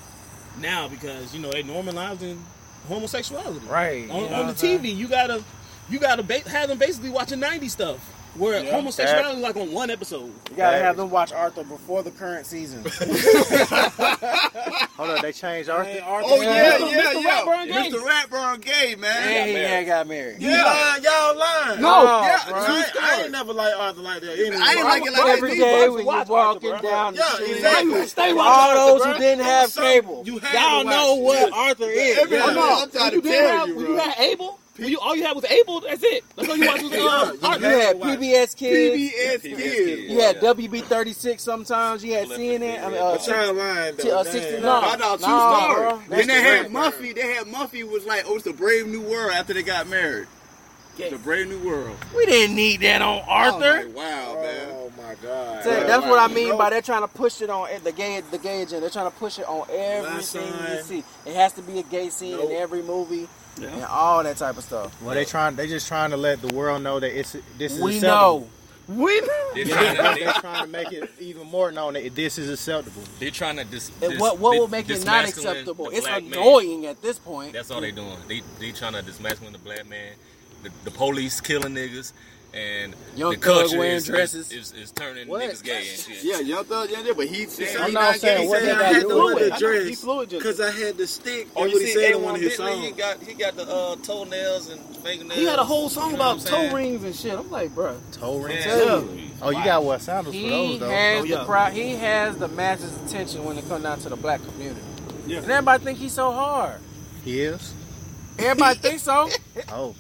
[SPEAKER 4] now because you know they normalizing homosexuality.
[SPEAKER 5] right
[SPEAKER 4] On,
[SPEAKER 5] you know
[SPEAKER 4] on
[SPEAKER 5] what
[SPEAKER 4] the
[SPEAKER 5] I'm saying?
[SPEAKER 4] TV, you gotta you gotta ba- have them basically watching '90s stuff where
[SPEAKER 3] Yeah.
[SPEAKER 4] homosexuality is like on one episode.
[SPEAKER 5] You gotta have them watch Arthur before the current <laughs> season.
[SPEAKER 2] Hold up, they changed our.
[SPEAKER 5] Man, Arthur,
[SPEAKER 1] Oh yeah,
[SPEAKER 4] Mr.
[SPEAKER 1] yeah,
[SPEAKER 4] Mr.
[SPEAKER 1] yeah.
[SPEAKER 4] Ratburn Gay.
[SPEAKER 1] Mr. Ratburn Gay, man.
[SPEAKER 5] And he ain't got married.
[SPEAKER 3] You lying, y'all lying.
[SPEAKER 5] No,
[SPEAKER 1] yeah, true
[SPEAKER 5] bro.
[SPEAKER 3] I, I
[SPEAKER 1] story.
[SPEAKER 3] ain't never liked Arthur like that. Anyway.
[SPEAKER 1] I ain't like it like
[SPEAKER 5] Every
[SPEAKER 1] that.
[SPEAKER 5] day
[SPEAKER 1] either.
[SPEAKER 5] when you
[SPEAKER 4] watch
[SPEAKER 5] walking
[SPEAKER 4] Arthur, bro.
[SPEAKER 5] down the
[SPEAKER 3] Yeah,
[SPEAKER 5] street,
[SPEAKER 3] exactly. Stay
[SPEAKER 5] all those who
[SPEAKER 3] bruh.
[SPEAKER 5] didn't have cable,
[SPEAKER 3] You had
[SPEAKER 4] Y'all
[SPEAKER 3] to
[SPEAKER 4] know
[SPEAKER 3] watch
[SPEAKER 4] what Arthur is.
[SPEAKER 1] Every-
[SPEAKER 3] Yeah.
[SPEAKER 1] I know, I'm
[SPEAKER 4] When
[SPEAKER 1] trying
[SPEAKER 4] you
[SPEAKER 1] to
[SPEAKER 4] didn't have,
[SPEAKER 1] tell
[SPEAKER 4] when
[SPEAKER 1] you,
[SPEAKER 4] you
[SPEAKER 1] bro.
[SPEAKER 4] had Abel, when you, all you had was Abel. That's it. That's all you watched was
[SPEAKER 3] <laughs>
[SPEAKER 4] uh,
[SPEAKER 3] Yeah,
[SPEAKER 5] you
[SPEAKER 4] Arthur.
[SPEAKER 5] had
[SPEAKER 3] watch-
[SPEAKER 5] PBS Kids,
[SPEAKER 1] PBS Kids.
[SPEAKER 5] you had WB thirty six. Sometimes you had
[SPEAKER 7] Flip
[SPEAKER 5] CNN. I mean,
[SPEAKER 7] it,
[SPEAKER 5] uh,
[SPEAKER 3] But y'all lying
[SPEAKER 5] T- uh,
[SPEAKER 3] though. damn.
[SPEAKER 5] 69.
[SPEAKER 1] I know, true
[SPEAKER 5] Nah, bro.
[SPEAKER 1] story.
[SPEAKER 5] That's
[SPEAKER 1] Then they
[SPEAKER 5] the
[SPEAKER 1] had
[SPEAKER 5] record.
[SPEAKER 1] Muffy. They had Muffy was like, oh, it's a brave new world after they got married. It's a brave new world.
[SPEAKER 5] we didn't need that on Arthur.
[SPEAKER 1] I was like, wow, man.
[SPEAKER 3] Oh my god.
[SPEAKER 5] Say,
[SPEAKER 1] Right,
[SPEAKER 5] that's
[SPEAKER 1] right.
[SPEAKER 5] what I mean
[SPEAKER 3] You know-
[SPEAKER 5] by they're trying to push it on e- the gay the gay agenda. They're trying to push it on everything you
[SPEAKER 3] son.
[SPEAKER 5] see. It has to be a gay scene
[SPEAKER 3] Nope.
[SPEAKER 5] in every movie and all that type of stuff.
[SPEAKER 2] Well, they trying. They just trying to let the world know that it's this is
[SPEAKER 5] we
[SPEAKER 2] acceptable.
[SPEAKER 5] know. We know.
[SPEAKER 7] They're
[SPEAKER 2] Yeah,
[SPEAKER 7] trying
[SPEAKER 2] they-
[SPEAKER 7] to,
[SPEAKER 2] they're trying to make it even more known that this is acceptable.
[SPEAKER 7] they, are trying to dis,
[SPEAKER 5] And
[SPEAKER 7] dis-
[SPEAKER 5] what what
[SPEAKER 7] they-
[SPEAKER 5] will make it not
[SPEAKER 7] dismasculine
[SPEAKER 5] acceptable?
[SPEAKER 7] the
[SPEAKER 5] It's
[SPEAKER 7] black man.
[SPEAKER 5] annoying at this point.
[SPEAKER 7] That's all they doing. They, they trying to dismasculine the black man. The, the police killing niggas, and
[SPEAKER 5] Young
[SPEAKER 7] the
[SPEAKER 5] thug
[SPEAKER 7] culture
[SPEAKER 5] wearing
[SPEAKER 7] is,
[SPEAKER 5] dresses.
[SPEAKER 7] is, is, is turning
[SPEAKER 2] What?
[SPEAKER 7] niggas gay and shit.
[SPEAKER 1] Yeah, young thug, yeah, yeah, but he said
[SPEAKER 2] I'm
[SPEAKER 1] he
[SPEAKER 2] not
[SPEAKER 1] not
[SPEAKER 2] saying
[SPEAKER 1] gay.
[SPEAKER 2] what
[SPEAKER 1] He
[SPEAKER 2] they
[SPEAKER 1] said,
[SPEAKER 2] got
[SPEAKER 1] "I
[SPEAKER 2] to
[SPEAKER 1] had
[SPEAKER 2] do
[SPEAKER 1] to
[SPEAKER 2] with
[SPEAKER 1] wear
[SPEAKER 2] it."
[SPEAKER 1] the
[SPEAKER 4] He
[SPEAKER 3] dress
[SPEAKER 4] fluid just-
[SPEAKER 3] because I had the stick.
[SPEAKER 7] Oh, you
[SPEAKER 3] Everybody
[SPEAKER 7] see,
[SPEAKER 3] said they
[SPEAKER 7] everyone
[SPEAKER 3] wanted his
[SPEAKER 7] did that? He
[SPEAKER 3] song.
[SPEAKER 7] got he got the uh, toenails and fingernails.
[SPEAKER 4] He had a whole song
[SPEAKER 7] You know
[SPEAKER 4] about
[SPEAKER 7] what I'm saying?
[SPEAKER 5] Toe rings and shit. I'm like, bruh.
[SPEAKER 2] Toe rings.
[SPEAKER 7] Yeah.
[SPEAKER 2] Oh, you got what sandals for
[SPEAKER 5] He
[SPEAKER 2] those though.
[SPEAKER 5] has
[SPEAKER 4] Oh,
[SPEAKER 5] the
[SPEAKER 4] yeah.
[SPEAKER 5] crowd. He has the masses' attention when it comes down to the black community.
[SPEAKER 1] Yeah.
[SPEAKER 5] And everybody think he's so hard.
[SPEAKER 2] He is.
[SPEAKER 5] Everybody think so.
[SPEAKER 7] <laughs>
[SPEAKER 2] Oh,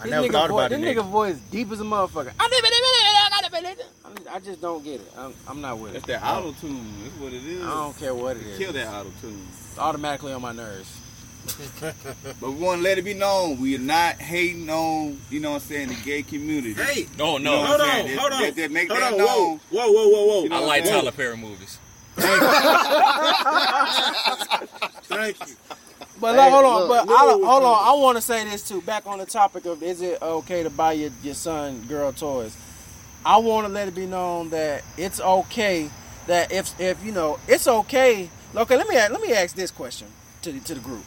[SPEAKER 2] I
[SPEAKER 5] This
[SPEAKER 2] never
[SPEAKER 5] nigga
[SPEAKER 2] thought
[SPEAKER 5] voice,
[SPEAKER 2] about it. Nick.
[SPEAKER 5] This nigga voice deep as a motherfucker. I'm- I just don't get it. I'm, I'm not with it.
[SPEAKER 1] That's that auto tune. That's what it
[SPEAKER 5] I
[SPEAKER 1] is.
[SPEAKER 5] don't care what it
[SPEAKER 1] Kill
[SPEAKER 5] is.
[SPEAKER 1] that auto tune.
[SPEAKER 5] It's automatically on my nerves.
[SPEAKER 1] But we want to let it be known we are not hating on, you know what I'm saying, the gay community.
[SPEAKER 3] Hey,
[SPEAKER 7] No,
[SPEAKER 1] You
[SPEAKER 7] no.
[SPEAKER 1] know
[SPEAKER 3] hold
[SPEAKER 1] what I'm
[SPEAKER 3] on,
[SPEAKER 1] saying?
[SPEAKER 3] hold
[SPEAKER 1] That-
[SPEAKER 3] on,
[SPEAKER 1] that- that make
[SPEAKER 3] hold
[SPEAKER 1] that
[SPEAKER 3] on.
[SPEAKER 1] known.
[SPEAKER 3] Whoa, whoa, whoa, whoa, whoa.
[SPEAKER 1] You know
[SPEAKER 7] I
[SPEAKER 1] what
[SPEAKER 7] like
[SPEAKER 1] I'm saying?
[SPEAKER 7] Tyler Perry movies.
[SPEAKER 3] Thank you.
[SPEAKER 5] But
[SPEAKER 2] Hey,
[SPEAKER 5] look, hold on,
[SPEAKER 2] look,
[SPEAKER 5] but
[SPEAKER 2] look
[SPEAKER 5] I,
[SPEAKER 2] what we
[SPEAKER 5] hold
[SPEAKER 2] talking
[SPEAKER 5] on. I want to say this too. Back on the topic of is it okay to buy your, your son girl toys? I want to let it be known that it's okay that if if you know it's okay. Okay, let me a- let me ask this question to the, to the group.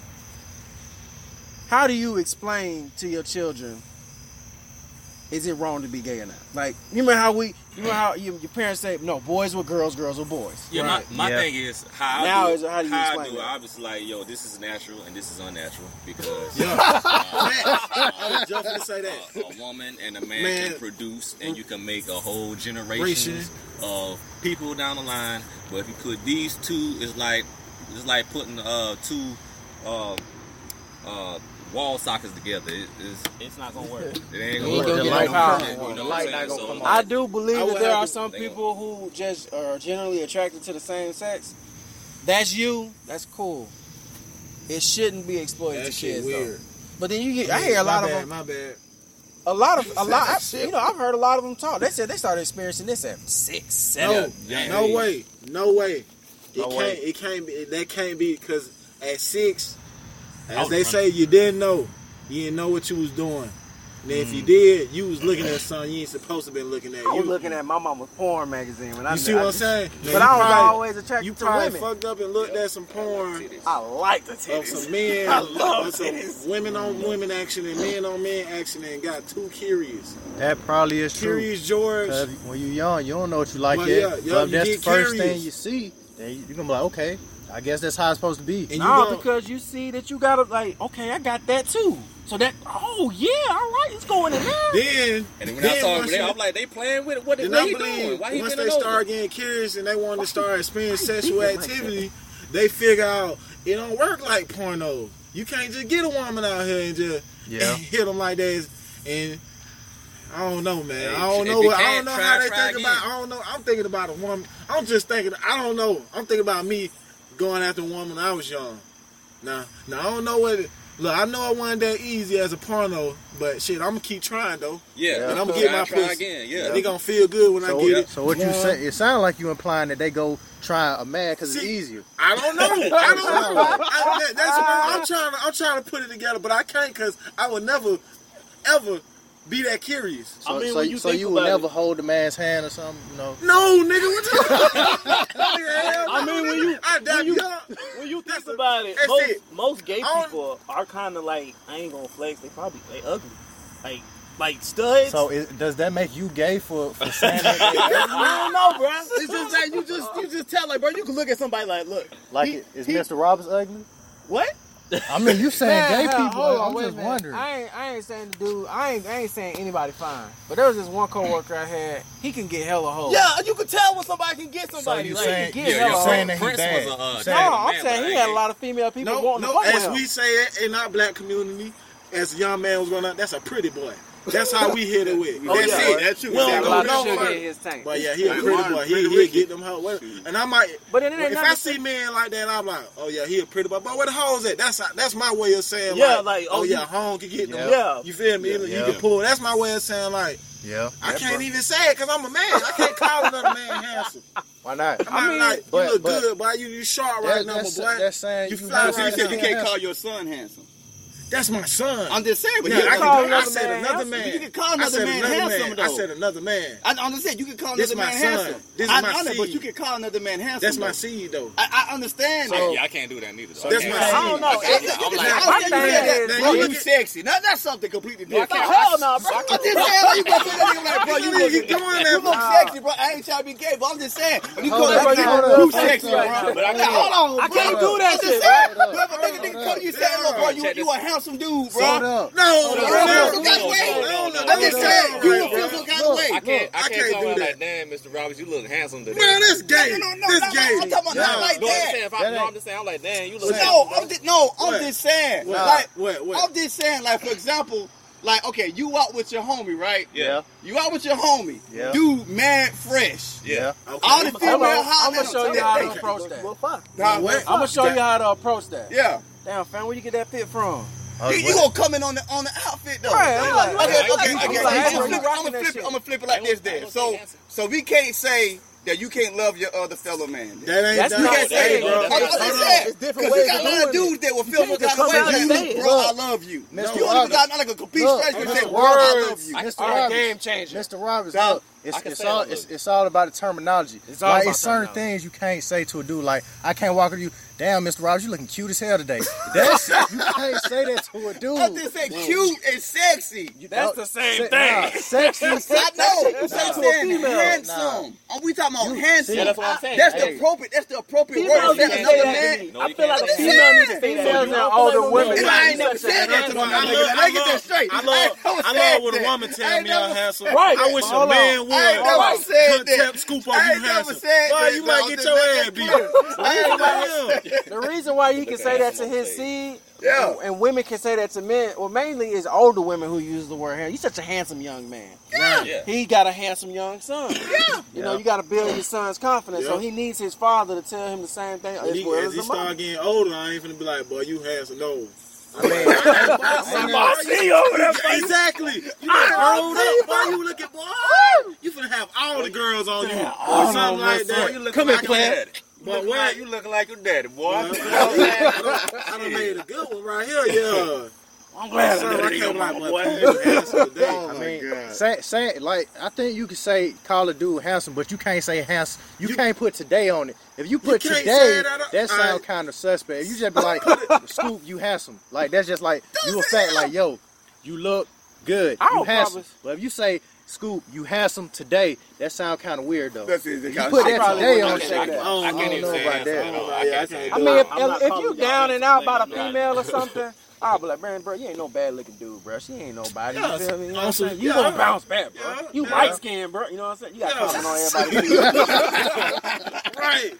[SPEAKER 5] How do you explain to your children? Is it wrong to be gay or not? Like you remember how we, you remember how you, your parents say no, boys were girls, girls were boys.
[SPEAKER 7] Yeah,
[SPEAKER 5] right.
[SPEAKER 7] my, my
[SPEAKER 2] Yeah.
[SPEAKER 7] thing is how I
[SPEAKER 5] Now
[SPEAKER 7] do,
[SPEAKER 5] is how do you explain
[SPEAKER 7] I do.
[SPEAKER 5] that?
[SPEAKER 7] it, I was like, yo, this is natural and this is unnatural because <laughs>
[SPEAKER 3] I was just gonna say that.
[SPEAKER 7] a, a woman and a man,
[SPEAKER 3] Man.
[SPEAKER 7] can produce and you can make a whole generations of people down the line. But if you put these two, it's like it's like putting uh two uh uh wall sockets together. It, it's,
[SPEAKER 4] It's not gonna work.
[SPEAKER 7] it
[SPEAKER 5] You
[SPEAKER 7] ain't gonna
[SPEAKER 5] ain't
[SPEAKER 7] work.
[SPEAKER 5] gonna
[SPEAKER 7] It
[SPEAKER 5] get
[SPEAKER 7] ain't
[SPEAKER 5] no
[SPEAKER 7] gonna
[SPEAKER 5] power.
[SPEAKER 7] work. You know what
[SPEAKER 5] The
[SPEAKER 7] I'm
[SPEAKER 2] light
[SPEAKER 7] saying?
[SPEAKER 2] not gonna
[SPEAKER 7] So,
[SPEAKER 2] come on.
[SPEAKER 5] I do believe
[SPEAKER 3] I
[SPEAKER 5] that
[SPEAKER 3] would
[SPEAKER 5] there
[SPEAKER 3] have
[SPEAKER 5] are
[SPEAKER 3] to-
[SPEAKER 5] some
[SPEAKER 7] they gonna-
[SPEAKER 5] people who just are generally attracted to the same sex. That's you. That's cool. It shouldn't be exploited
[SPEAKER 3] That
[SPEAKER 5] to
[SPEAKER 3] shit
[SPEAKER 5] kids
[SPEAKER 3] weird.
[SPEAKER 5] though. But then you get, I hear a
[SPEAKER 3] My
[SPEAKER 5] lot of
[SPEAKER 3] bad,
[SPEAKER 5] them,
[SPEAKER 3] My bad.
[SPEAKER 5] a
[SPEAKER 3] <laughs>
[SPEAKER 5] lot of, a lot. I, you know, I've heard a lot of them talk. They said they started experiencing this at six,
[SPEAKER 3] No,
[SPEAKER 5] seven.
[SPEAKER 7] Yeah.
[SPEAKER 3] no way, no way. It
[SPEAKER 5] No
[SPEAKER 3] can't.
[SPEAKER 5] way.
[SPEAKER 3] It can't be. it- That can't be because at six,
[SPEAKER 7] I
[SPEAKER 3] as
[SPEAKER 7] was
[SPEAKER 3] they
[SPEAKER 7] running.
[SPEAKER 3] say, you didn't know. You didn't know what you was doing. And if
[SPEAKER 7] Mm.
[SPEAKER 3] you did, you was looking at something you ain't supposed to been looking at.
[SPEAKER 5] I
[SPEAKER 3] you
[SPEAKER 5] was looking at my mama's porn magazine when I
[SPEAKER 3] You see
[SPEAKER 5] I
[SPEAKER 3] what I'm
[SPEAKER 5] just-
[SPEAKER 3] saying?
[SPEAKER 5] But I was always attracted
[SPEAKER 3] You
[SPEAKER 5] to
[SPEAKER 3] probably
[SPEAKER 5] women.
[SPEAKER 3] fucked up and looked at some porn
[SPEAKER 5] I like the
[SPEAKER 3] of
[SPEAKER 1] <laughs>
[SPEAKER 5] titties.
[SPEAKER 3] some men.
[SPEAKER 5] I love
[SPEAKER 3] of some
[SPEAKER 5] titties.
[SPEAKER 3] Women on women action and men on men action and got too curious.
[SPEAKER 2] That probably is true.
[SPEAKER 3] Curious George.
[SPEAKER 2] 'Cause when you young, you don't know what you like
[SPEAKER 3] Well,
[SPEAKER 2] yet.
[SPEAKER 3] yeah, yeah,
[SPEAKER 2] so if
[SPEAKER 3] you
[SPEAKER 2] that's the
[SPEAKER 3] get
[SPEAKER 2] first
[SPEAKER 3] curious.
[SPEAKER 2] thing you see, then you, you're gonna be like, okay, I guess that's how it's supposed to be.
[SPEAKER 3] and you
[SPEAKER 5] No,
[SPEAKER 3] gonna-
[SPEAKER 5] Oh, because you see that you gotta like, okay, I got that too. So that, oh yeah, all right, it's going in there.
[SPEAKER 3] then
[SPEAKER 7] And then when I
[SPEAKER 3] then
[SPEAKER 7] saw
[SPEAKER 3] once
[SPEAKER 7] him, they-
[SPEAKER 3] you-
[SPEAKER 7] I'm like, they playing with it. What,
[SPEAKER 3] Then
[SPEAKER 7] what
[SPEAKER 3] I
[SPEAKER 7] he doing?
[SPEAKER 3] believe
[SPEAKER 7] Why he
[SPEAKER 3] once
[SPEAKER 7] bending
[SPEAKER 3] they
[SPEAKER 7] over?
[SPEAKER 3] start getting curious and they want to start experiencing
[SPEAKER 5] why he
[SPEAKER 3] sexual
[SPEAKER 5] thinking like
[SPEAKER 3] activity, they figure out it don't work like porno. You can't just get a woman out here and <laughs> just
[SPEAKER 2] Yeah.
[SPEAKER 3] hit them like that. And I don't know, man. I
[SPEAKER 7] If
[SPEAKER 3] don't know.
[SPEAKER 7] you
[SPEAKER 3] What, I don't
[SPEAKER 7] can't,
[SPEAKER 3] know
[SPEAKER 7] try-
[SPEAKER 3] how they
[SPEAKER 7] try
[SPEAKER 3] think about.
[SPEAKER 7] again.
[SPEAKER 3] I don't know. I'm thinking about a woman. I'm just thinking. I don't know. I'm thinking about me going after a woman when I was young. Now, now I don't know what. It, look, I know I wasn't that easy as a porno, but shit, I'm gonna keep trying though.
[SPEAKER 7] Yeah,
[SPEAKER 3] And I'ma
[SPEAKER 7] Try-
[SPEAKER 3] get my
[SPEAKER 7] try
[SPEAKER 3] pussy.
[SPEAKER 7] again.
[SPEAKER 3] Yeah.
[SPEAKER 7] Yeah,
[SPEAKER 3] They gonna feel good when
[SPEAKER 2] So,
[SPEAKER 3] I get it.
[SPEAKER 2] so what you
[SPEAKER 3] One,
[SPEAKER 2] say? It sounds like you implying that they go try a man because it's
[SPEAKER 3] See-
[SPEAKER 2] easier.
[SPEAKER 3] I don't know. I don't
[SPEAKER 7] <laughs>
[SPEAKER 3] know. I, that- that's what I'm, I'm trying. To, I'm trying to put it together, but I can't because I will never, ever be that curious.
[SPEAKER 2] So,
[SPEAKER 4] I mean,
[SPEAKER 2] so,
[SPEAKER 4] when
[SPEAKER 2] you,
[SPEAKER 4] you
[SPEAKER 2] so
[SPEAKER 4] think
[SPEAKER 2] you will
[SPEAKER 4] about
[SPEAKER 2] never hold a man's hand or something, you know?
[SPEAKER 3] No, nigga, what you? <laughs> I
[SPEAKER 4] I mean, when you-
[SPEAKER 3] I dab
[SPEAKER 4] when you-
[SPEAKER 3] y'all.
[SPEAKER 4] When you
[SPEAKER 3] That's
[SPEAKER 4] think
[SPEAKER 3] a-
[SPEAKER 4] about it,
[SPEAKER 3] that's
[SPEAKER 4] most,
[SPEAKER 3] it.
[SPEAKER 4] most gay
[SPEAKER 3] I don't-
[SPEAKER 4] people are kind of like I ain't gonna flex. They probably they ugly, like like studs. <laughs>
[SPEAKER 2] So it, does that make you gay for, for saying that?
[SPEAKER 5] <laughs>
[SPEAKER 4] I don't know, bro. It's just like you just you just tell like, bro. You can look at somebody like, look,
[SPEAKER 2] Like,
[SPEAKER 4] He-
[SPEAKER 2] it- is
[SPEAKER 4] he-
[SPEAKER 2] Mr. Roberts ugly?
[SPEAKER 4] what?
[SPEAKER 2] I mean, you saying
[SPEAKER 5] Man,
[SPEAKER 2] gay
[SPEAKER 5] hell,
[SPEAKER 2] people?
[SPEAKER 5] hold on,
[SPEAKER 2] I'm
[SPEAKER 5] wait a
[SPEAKER 2] just
[SPEAKER 5] minute.
[SPEAKER 2] wondering.
[SPEAKER 5] I ain't, I ain't saying the dude. I ain't, I ain't saying anybody fine. But there was this one coworker I had. He can get hella hoes.
[SPEAKER 4] Yeah, you can tell when somebody can get
[SPEAKER 2] So
[SPEAKER 4] somebody.
[SPEAKER 2] you
[SPEAKER 4] like,
[SPEAKER 2] saying,
[SPEAKER 5] yeah,
[SPEAKER 2] you
[SPEAKER 5] yeah,
[SPEAKER 2] saying that he
[SPEAKER 7] Prince
[SPEAKER 2] bad?
[SPEAKER 7] was a, uh,
[SPEAKER 2] You
[SPEAKER 5] No,
[SPEAKER 2] saying-
[SPEAKER 5] I'm saying he had a lot of female people
[SPEAKER 3] No,
[SPEAKER 5] wanting
[SPEAKER 3] no.
[SPEAKER 5] to fuck
[SPEAKER 3] As
[SPEAKER 5] with
[SPEAKER 3] we
[SPEAKER 5] him.
[SPEAKER 3] say it in our black community, as a young man was growing up, that's a pretty boy. That's how we hit it with.
[SPEAKER 1] Oh,
[SPEAKER 3] that's
[SPEAKER 1] yeah.
[SPEAKER 3] it.
[SPEAKER 1] That's true.
[SPEAKER 3] We don't
[SPEAKER 5] He had a
[SPEAKER 3] go
[SPEAKER 5] lot
[SPEAKER 3] no
[SPEAKER 5] of sugar
[SPEAKER 3] further.
[SPEAKER 5] in his tank.
[SPEAKER 3] But yeah, he a
[SPEAKER 1] Like,
[SPEAKER 3] pretty
[SPEAKER 1] Warren
[SPEAKER 3] boy. He
[SPEAKER 1] Pretty
[SPEAKER 3] he
[SPEAKER 1] Ricky.
[SPEAKER 3] get them hoes. What- And I might.
[SPEAKER 5] But then it ain't
[SPEAKER 3] if
[SPEAKER 5] nothing
[SPEAKER 3] I see men like that, I'm like, oh yeah, he a pretty boy. But where the hoes at? That's that's my way of saying
[SPEAKER 4] Yeah,
[SPEAKER 3] like,
[SPEAKER 4] like,
[SPEAKER 3] oh
[SPEAKER 4] oh,
[SPEAKER 3] yeah,
[SPEAKER 4] you-
[SPEAKER 3] home can get them.
[SPEAKER 4] Yeah.
[SPEAKER 3] you feel me? You
[SPEAKER 2] yeah.
[SPEAKER 3] can pull. That's my way of saying like,
[SPEAKER 2] Yeah.
[SPEAKER 3] I can't even say it because I'm a man. I can't call another man handsome.
[SPEAKER 2] Why not?
[SPEAKER 3] I'm not
[SPEAKER 5] mean,
[SPEAKER 3] like,
[SPEAKER 2] but-
[SPEAKER 3] you look
[SPEAKER 2] but-
[SPEAKER 3] good, boy. You you sharp right
[SPEAKER 2] That-
[SPEAKER 3] now,
[SPEAKER 2] that's,
[SPEAKER 3] but boy,
[SPEAKER 2] that's saying
[SPEAKER 3] you
[SPEAKER 2] you
[SPEAKER 3] fly
[SPEAKER 1] So
[SPEAKER 2] fly
[SPEAKER 3] right
[SPEAKER 1] you said you
[SPEAKER 3] now.
[SPEAKER 1] can't call your son handsome.
[SPEAKER 3] that's my son.
[SPEAKER 1] I'm just saying, but
[SPEAKER 3] yeah,
[SPEAKER 1] you,
[SPEAKER 3] I,
[SPEAKER 1] can,
[SPEAKER 5] call
[SPEAKER 3] can, I
[SPEAKER 5] another
[SPEAKER 3] said
[SPEAKER 5] man
[SPEAKER 3] another
[SPEAKER 5] handsome.
[SPEAKER 3] man.
[SPEAKER 1] you can call
[SPEAKER 3] I
[SPEAKER 1] another
[SPEAKER 3] said
[SPEAKER 1] man
[SPEAKER 3] another
[SPEAKER 1] handsome
[SPEAKER 3] man.
[SPEAKER 1] though.
[SPEAKER 3] I said another man.
[SPEAKER 1] I understand you can call
[SPEAKER 3] This
[SPEAKER 1] another man
[SPEAKER 3] my son.
[SPEAKER 1] handsome.
[SPEAKER 3] This is
[SPEAKER 1] I
[SPEAKER 3] my
[SPEAKER 1] I know, but
[SPEAKER 3] seed.
[SPEAKER 1] you can call another man handsome.
[SPEAKER 3] That's my
[SPEAKER 1] though.
[SPEAKER 3] seed though.
[SPEAKER 1] I, I understand
[SPEAKER 7] I,
[SPEAKER 1] that.
[SPEAKER 7] yeah, I can't do that neither. Though.
[SPEAKER 3] That's
[SPEAKER 7] I
[SPEAKER 3] my
[SPEAKER 7] can't.
[SPEAKER 3] seed.
[SPEAKER 4] I don't know.
[SPEAKER 1] I,
[SPEAKER 4] It-
[SPEAKER 1] am like,
[SPEAKER 7] I'm like,
[SPEAKER 1] I don't
[SPEAKER 5] my
[SPEAKER 1] care you
[SPEAKER 5] thing
[SPEAKER 1] said that.
[SPEAKER 5] is,
[SPEAKER 3] bro,
[SPEAKER 1] Bro, you
[SPEAKER 3] you-
[SPEAKER 1] sexy. Now that's something completely different.
[SPEAKER 4] I- hell no, bro.
[SPEAKER 1] I'm just saying, you gonna say that nigga like, bro, you look,
[SPEAKER 3] You keep doing
[SPEAKER 1] you
[SPEAKER 3] that,
[SPEAKER 1] look
[SPEAKER 3] bro.
[SPEAKER 1] sexy, bro. I ain't trying to be gay, but I'm just saying, when you call
[SPEAKER 2] up,
[SPEAKER 1] that nigga
[SPEAKER 2] hold up,
[SPEAKER 1] too
[SPEAKER 2] hold
[SPEAKER 1] sexy, bro.
[SPEAKER 2] up,
[SPEAKER 1] But
[SPEAKER 2] hold
[SPEAKER 1] I can't,
[SPEAKER 2] up.
[SPEAKER 1] hold on,
[SPEAKER 4] I
[SPEAKER 1] bro.
[SPEAKER 4] can't do that
[SPEAKER 1] I'm
[SPEAKER 4] shit,
[SPEAKER 1] just saying,
[SPEAKER 2] bro.
[SPEAKER 1] bro, if a nigga
[SPEAKER 2] Hold
[SPEAKER 1] nigga
[SPEAKER 2] up.
[SPEAKER 1] come to you and say, look, bro, you, you a handsome dude,
[SPEAKER 2] Hold
[SPEAKER 1] bro.
[SPEAKER 2] up.
[SPEAKER 3] No,
[SPEAKER 1] Hold
[SPEAKER 3] bro,
[SPEAKER 1] up.
[SPEAKER 3] no,
[SPEAKER 1] Hold up.
[SPEAKER 3] no,
[SPEAKER 1] Hold
[SPEAKER 3] no,
[SPEAKER 1] up.
[SPEAKER 3] no,
[SPEAKER 1] I'm just
[SPEAKER 3] no,
[SPEAKER 1] saying, you
[SPEAKER 3] no,
[SPEAKER 1] would feel
[SPEAKER 3] bro.
[SPEAKER 1] some kind of way.
[SPEAKER 7] I can't.
[SPEAKER 3] I
[SPEAKER 7] I
[SPEAKER 3] can't
[SPEAKER 7] can't
[SPEAKER 3] do
[SPEAKER 7] go out
[SPEAKER 3] that.
[SPEAKER 7] like, damn, Mr. Roberts, you look handsome today.
[SPEAKER 3] Man, that's gay.
[SPEAKER 1] No, no, no,
[SPEAKER 3] this
[SPEAKER 1] no, no,
[SPEAKER 3] gay.
[SPEAKER 1] I'm talking about not
[SPEAKER 3] No.
[SPEAKER 1] like
[SPEAKER 7] No, I'm
[SPEAKER 1] that.
[SPEAKER 7] saying if
[SPEAKER 2] That
[SPEAKER 7] I, no,
[SPEAKER 2] ain't-
[SPEAKER 7] I'm just saying, I'm like, damn, you look.
[SPEAKER 1] No,
[SPEAKER 7] handsome,
[SPEAKER 1] I'm just, no,
[SPEAKER 3] What?
[SPEAKER 1] I'm just saying.
[SPEAKER 3] What?
[SPEAKER 1] Like,
[SPEAKER 3] What? What?
[SPEAKER 1] I'm just saying, like, for example, like, okay, you out with your homie, right?
[SPEAKER 7] Yeah.
[SPEAKER 1] You out with your homie.
[SPEAKER 2] Yeah.
[SPEAKER 1] Dude, mad fresh.
[SPEAKER 7] Yeah.
[SPEAKER 3] Okay.
[SPEAKER 1] All the female
[SPEAKER 5] I'm gonna-
[SPEAKER 1] hot
[SPEAKER 5] I'm gonna show you how to approach that.
[SPEAKER 4] Well, fuck.
[SPEAKER 1] Nah,
[SPEAKER 3] what?
[SPEAKER 1] what?
[SPEAKER 5] I'm gonna show you how to approach that.
[SPEAKER 1] Yeah.
[SPEAKER 5] Damn, fam, where you get that fit from?
[SPEAKER 2] Oh,
[SPEAKER 1] You, you
[SPEAKER 2] what?
[SPEAKER 1] gonna come in on the on the outfit though.
[SPEAKER 5] Right,
[SPEAKER 1] Like,
[SPEAKER 5] I'm like-
[SPEAKER 1] okay, okay,
[SPEAKER 5] I'm
[SPEAKER 1] okay.
[SPEAKER 5] like,
[SPEAKER 1] I'm
[SPEAKER 5] I'm
[SPEAKER 1] gonna flip it. I'm
[SPEAKER 5] rocking
[SPEAKER 1] gonna
[SPEAKER 5] that
[SPEAKER 1] flip it.
[SPEAKER 5] shit.
[SPEAKER 1] I'm gonna flip it like this. Then, so so we can't say that you can't love your other fellow man. then.
[SPEAKER 3] That ain't
[SPEAKER 5] That's
[SPEAKER 3] that-
[SPEAKER 5] not
[SPEAKER 1] You can't say
[SPEAKER 5] saying,
[SPEAKER 1] it.
[SPEAKER 5] bro.
[SPEAKER 1] I'm just saying,
[SPEAKER 5] It's different
[SPEAKER 1] Cause you
[SPEAKER 5] ways
[SPEAKER 1] got
[SPEAKER 5] of
[SPEAKER 1] a lot of
[SPEAKER 5] doing it.
[SPEAKER 1] dudes that will feel
[SPEAKER 5] You
[SPEAKER 1] some
[SPEAKER 5] can't
[SPEAKER 1] kind of
[SPEAKER 5] just
[SPEAKER 1] way.
[SPEAKER 5] come out and say
[SPEAKER 1] Like,
[SPEAKER 5] it.
[SPEAKER 1] bro, I love you. You
[SPEAKER 2] Mr.
[SPEAKER 1] don't even got like a complete
[SPEAKER 2] Look,
[SPEAKER 1] stranger and say,
[SPEAKER 2] Mr.
[SPEAKER 1] bro, I love
[SPEAKER 2] Roberts.
[SPEAKER 1] you.
[SPEAKER 2] Mr.
[SPEAKER 5] All right,
[SPEAKER 2] Roberts.
[SPEAKER 5] game changer.
[SPEAKER 2] Mr. Roberts,
[SPEAKER 1] Now,
[SPEAKER 2] look,
[SPEAKER 7] I
[SPEAKER 2] it's,
[SPEAKER 7] can
[SPEAKER 2] it's
[SPEAKER 7] say I
[SPEAKER 2] all
[SPEAKER 7] love
[SPEAKER 2] it's,
[SPEAKER 7] you.
[SPEAKER 2] it's all about the terminology.
[SPEAKER 5] It's all
[SPEAKER 2] like
[SPEAKER 5] about
[SPEAKER 2] it's certain
[SPEAKER 5] terminology.
[SPEAKER 2] things you can't say to a dude. Like I can't walk up to you, damn, Mr. Roberts, you looking cute as hell today. That's you can't say that to a dude.
[SPEAKER 1] I just say cute and sexy.
[SPEAKER 2] You-
[SPEAKER 5] That's
[SPEAKER 2] no,
[SPEAKER 5] the same
[SPEAKER 2] se-
[SPEAKER 5] thing.
[SPEAKER 2] nah, sexy.
[SPEAKER 1] I know. You
[SPEAKER 2] Nah.
[SPEAKER 1] say saying
[SPEAKER 5] Nah.
[SPEAKER 1] handsome. Are we talking about handsome?
[SPEAKER 7] Yeah, that's what I'm saying.
[SPEAKER 1] That's the
[SPEAKER 7] Hey.
[SPEAKER 1] appropriate. That's the appropriate word.
[SPEAKER 4] Females need to
[SPEAKER 1] That
[SPEAKER 4] say
[SPEAKER 1] another
[SPEAKER 4] that to
[SPEAKER 1] man.
[SPEAKER 4] me.
[SPEAKER 7] No,
[SPEAKER 4] I feel
[SPEAKER 7] you can't.
[SPEAKER 4] like a
[SPEAKER 1] I'm just
[SPEAKER 4] female
[SPEAKER 1] saying.
[SPEAKER 4] need to say that.
[SPEAKER 5] Females
[SPEAKER 4] to
[SPEAKER 5] and
[SPEAKER 4] you.
[SPEAKER 5] older women.
[SPEAKER 1] And I ain't never said that to my
[SPEAKER 3] I love-
[SPEAKER 1] man. Let me get that straight.
[SPEAKER 3] I love,
[SPEAKER 1] I ain't
[SPEAKER 3] I
[SPEAKER 1] never
[SPEAKER 3] love
[SPEAKER 1] said
[SPEAKER 3] when a
[SPEAKER 1] that.
[SPEAKER 3] woman
[SPEAKER 1] I
[SPEAKER 3] tell
[SPEAKER 1] ain't
[SPEAKER 3] me I'm
[SPEAKER 1] never-
[SPEAKER 3] handsome.
[SPEAKER 5] Right.
[SPEAKER 3] I wish a
[SPEAKER 5] Hold
[SPEAKER 3] man
[SPEAKER 5] on.
[SPEAKER 3] would.
[SPEAKER 1] I ain't never said
[SPEAKER 3] Put
[SPEAKER 1] that.
[SPEAKER 3] tap scoop on
[SPEAKER 1] I
[SPEAKER 3] you
[SPEAKER 1] ain't never
[SPEAKER 3] handsome.
[SPEAKER 1] said
[SPEAKER 3] Boy,
[SPEAKER 1] that.
[SPEAKER 3] you
[SPEAKER 1] though.
[SPEAKER 3] might get
[SPEAKER 1] Just
[SPEAKER 3] your
[SPEAKER 1] make
[SPEAKER 3] ass
[SPEAKER 1] that
[SPEAKER 3] beat.
[SPEAKER 1] clear.
[SPEAKER 3] I ain't like him.
[SPEAKER 5] The reason why he can say that to his seed,
[SPEAKER 1] Yeah.
[SPEAKER 5] and women can say that to men, well, mainly is older women who use the word hand. You such a handsome young man.
[SPEAKER 7] Yeah.
[SPEAKER 5] He got a handsome young son. Yeah. You know, you got to build your son's confidence. So
[SPEAKER 3] Yeah.
[SPEAKER 5] he needs his father to tell him the same thing
[SPEAKER 3] When
[SPEAKER 5] as
[SPEAKER 3] he,
[SPEAKER 5] well
[SPEAKER 3] as
[SPEAKER 5] as
[SPEAKER 3] he
[SPEAKER 5] the
[SPEAKER 3] start
[SPEAKER 5] mom.
[SPEAKER 3] getting older, I ain't finna be like, boy, you handsome. No.
[SPEAKER 5] I see you over there.
[SPEAKER 3] Exactly. You done grown up, boy. You looking, boy. You finna have all the girls on you, or something like that. You looking
[SPEAKER 7] Come
[SPEAKER 3] like
[SPEAKER 7] here,
[SPEAKER 3] a
[SPEAKER 7] player.
[SPEAKER 3] But
[SPEAKER 7] But
[SPEAKER 3] what?
[SPEAKER 7] what? You looking like your daddy, boy.
[SPEAKER 3] I done made a good one right here, yeah.
[SPEAKER 5] I'm glad I
[SPEAKER 3] Sir,
[SPEAKER 5] did
[SPEAKER 3] I
[SPEAKER 5] it.
[SPEAKER 3] can't lie,
[SPEAKER 5] boy.
[SPEAKER 3] but you handsome today.
[SPEAKER 1] Oh
[SPEAKER 2] I
[SPEAKER 1] my
[SPEAKER 2] mean,
[SPEAKER 1] God.
[SPEAKER 2] say, say, like I think you can say call a dude handsome, but you can't say handsome. You, can't put today on it. If you put
[SPEAKER 3] can't say
[SPEAKER 2] today,
[SPEAKER 3] it, I don't-
[SPEAKER 2] that sound
[SPEAKER 3] I-
[SPEAKER 2] kind of suspect. If You just be like, Scoop, you handsome. Like that's just like you a fat. Like yo, you look good.
[SPEAKER 5] I
[SPEAKER 2] You
[SPEAKER 5] would
[SPEAKER 2] handsome.
[SPEAKER 5] probably-
[SPEAKER 2] But if you say Scoop, you handsome today, that sound kind of weird though.
[SPEAKER 1] That's
[SPEAKER 2] you
[SPEAKER 1] it. They got-
[SPEAKER 2] put
[SPEAKER 1] I
[SPEAKER 2] that
[SPEAKER 5] probably
[SPEAKER 2] today
[SPEAKER 5] wouldn't
[SPEAKER 2] on
[SPEAKER 5] say
[SPEAKER 2] shit.
[SPEAKER 5] that.
[SPEAKER 2] I
[SPEAKER 3] I
[SPEAKER 2] don't,
[SPEAKER 3] can't
[SPEAKER 2] know
[SPEAKER 3] even say
[SPEAKER 2] about that.
[SPEAKER 3] Oh, yeah, I can't
[SPEAKER 5] I
[SPEAKER 3] do
[SPEAKER 5] mean,
[SPEAKER 3] it.
[SPEAKER 5] if,
[SPEAKER 4] I'm not
[SPEAKER 5] if, if you
[SPEAKER 4] calling y'all
[SPEAKER 5] down and
[SPEAKER 4] handsome,
[SPEAKER 5] out by the
[SPEAKER 4] I'm not.
[SPEAKER 5] female or something, I'll be like, man, bro, you ain't no bad looking dude, bro. She ain't nobody.
[SPEAKER 3] Yeah,
[SPEAKER 5] You feel me? You, know what I'm
[SPEAKER 3] also-
[SPEAKER 5] saying? you
[SPEAKER 3] yeah,
[SPEAKER 5] gonna
[SPEAKER 3] I-
[SPEAKER 5] bounce back, bro.
[SPEAKER 3] yeah,
[SPEAKER 5] you
[SPEAKER 3] yeah.
[SPEAKER 5] light skinned, bro. You know what I'm saying? You
[SPEAKER 3] Yeah.
[SPEAKER 5] got comment on everybody.
[SPEAKER 3] Right.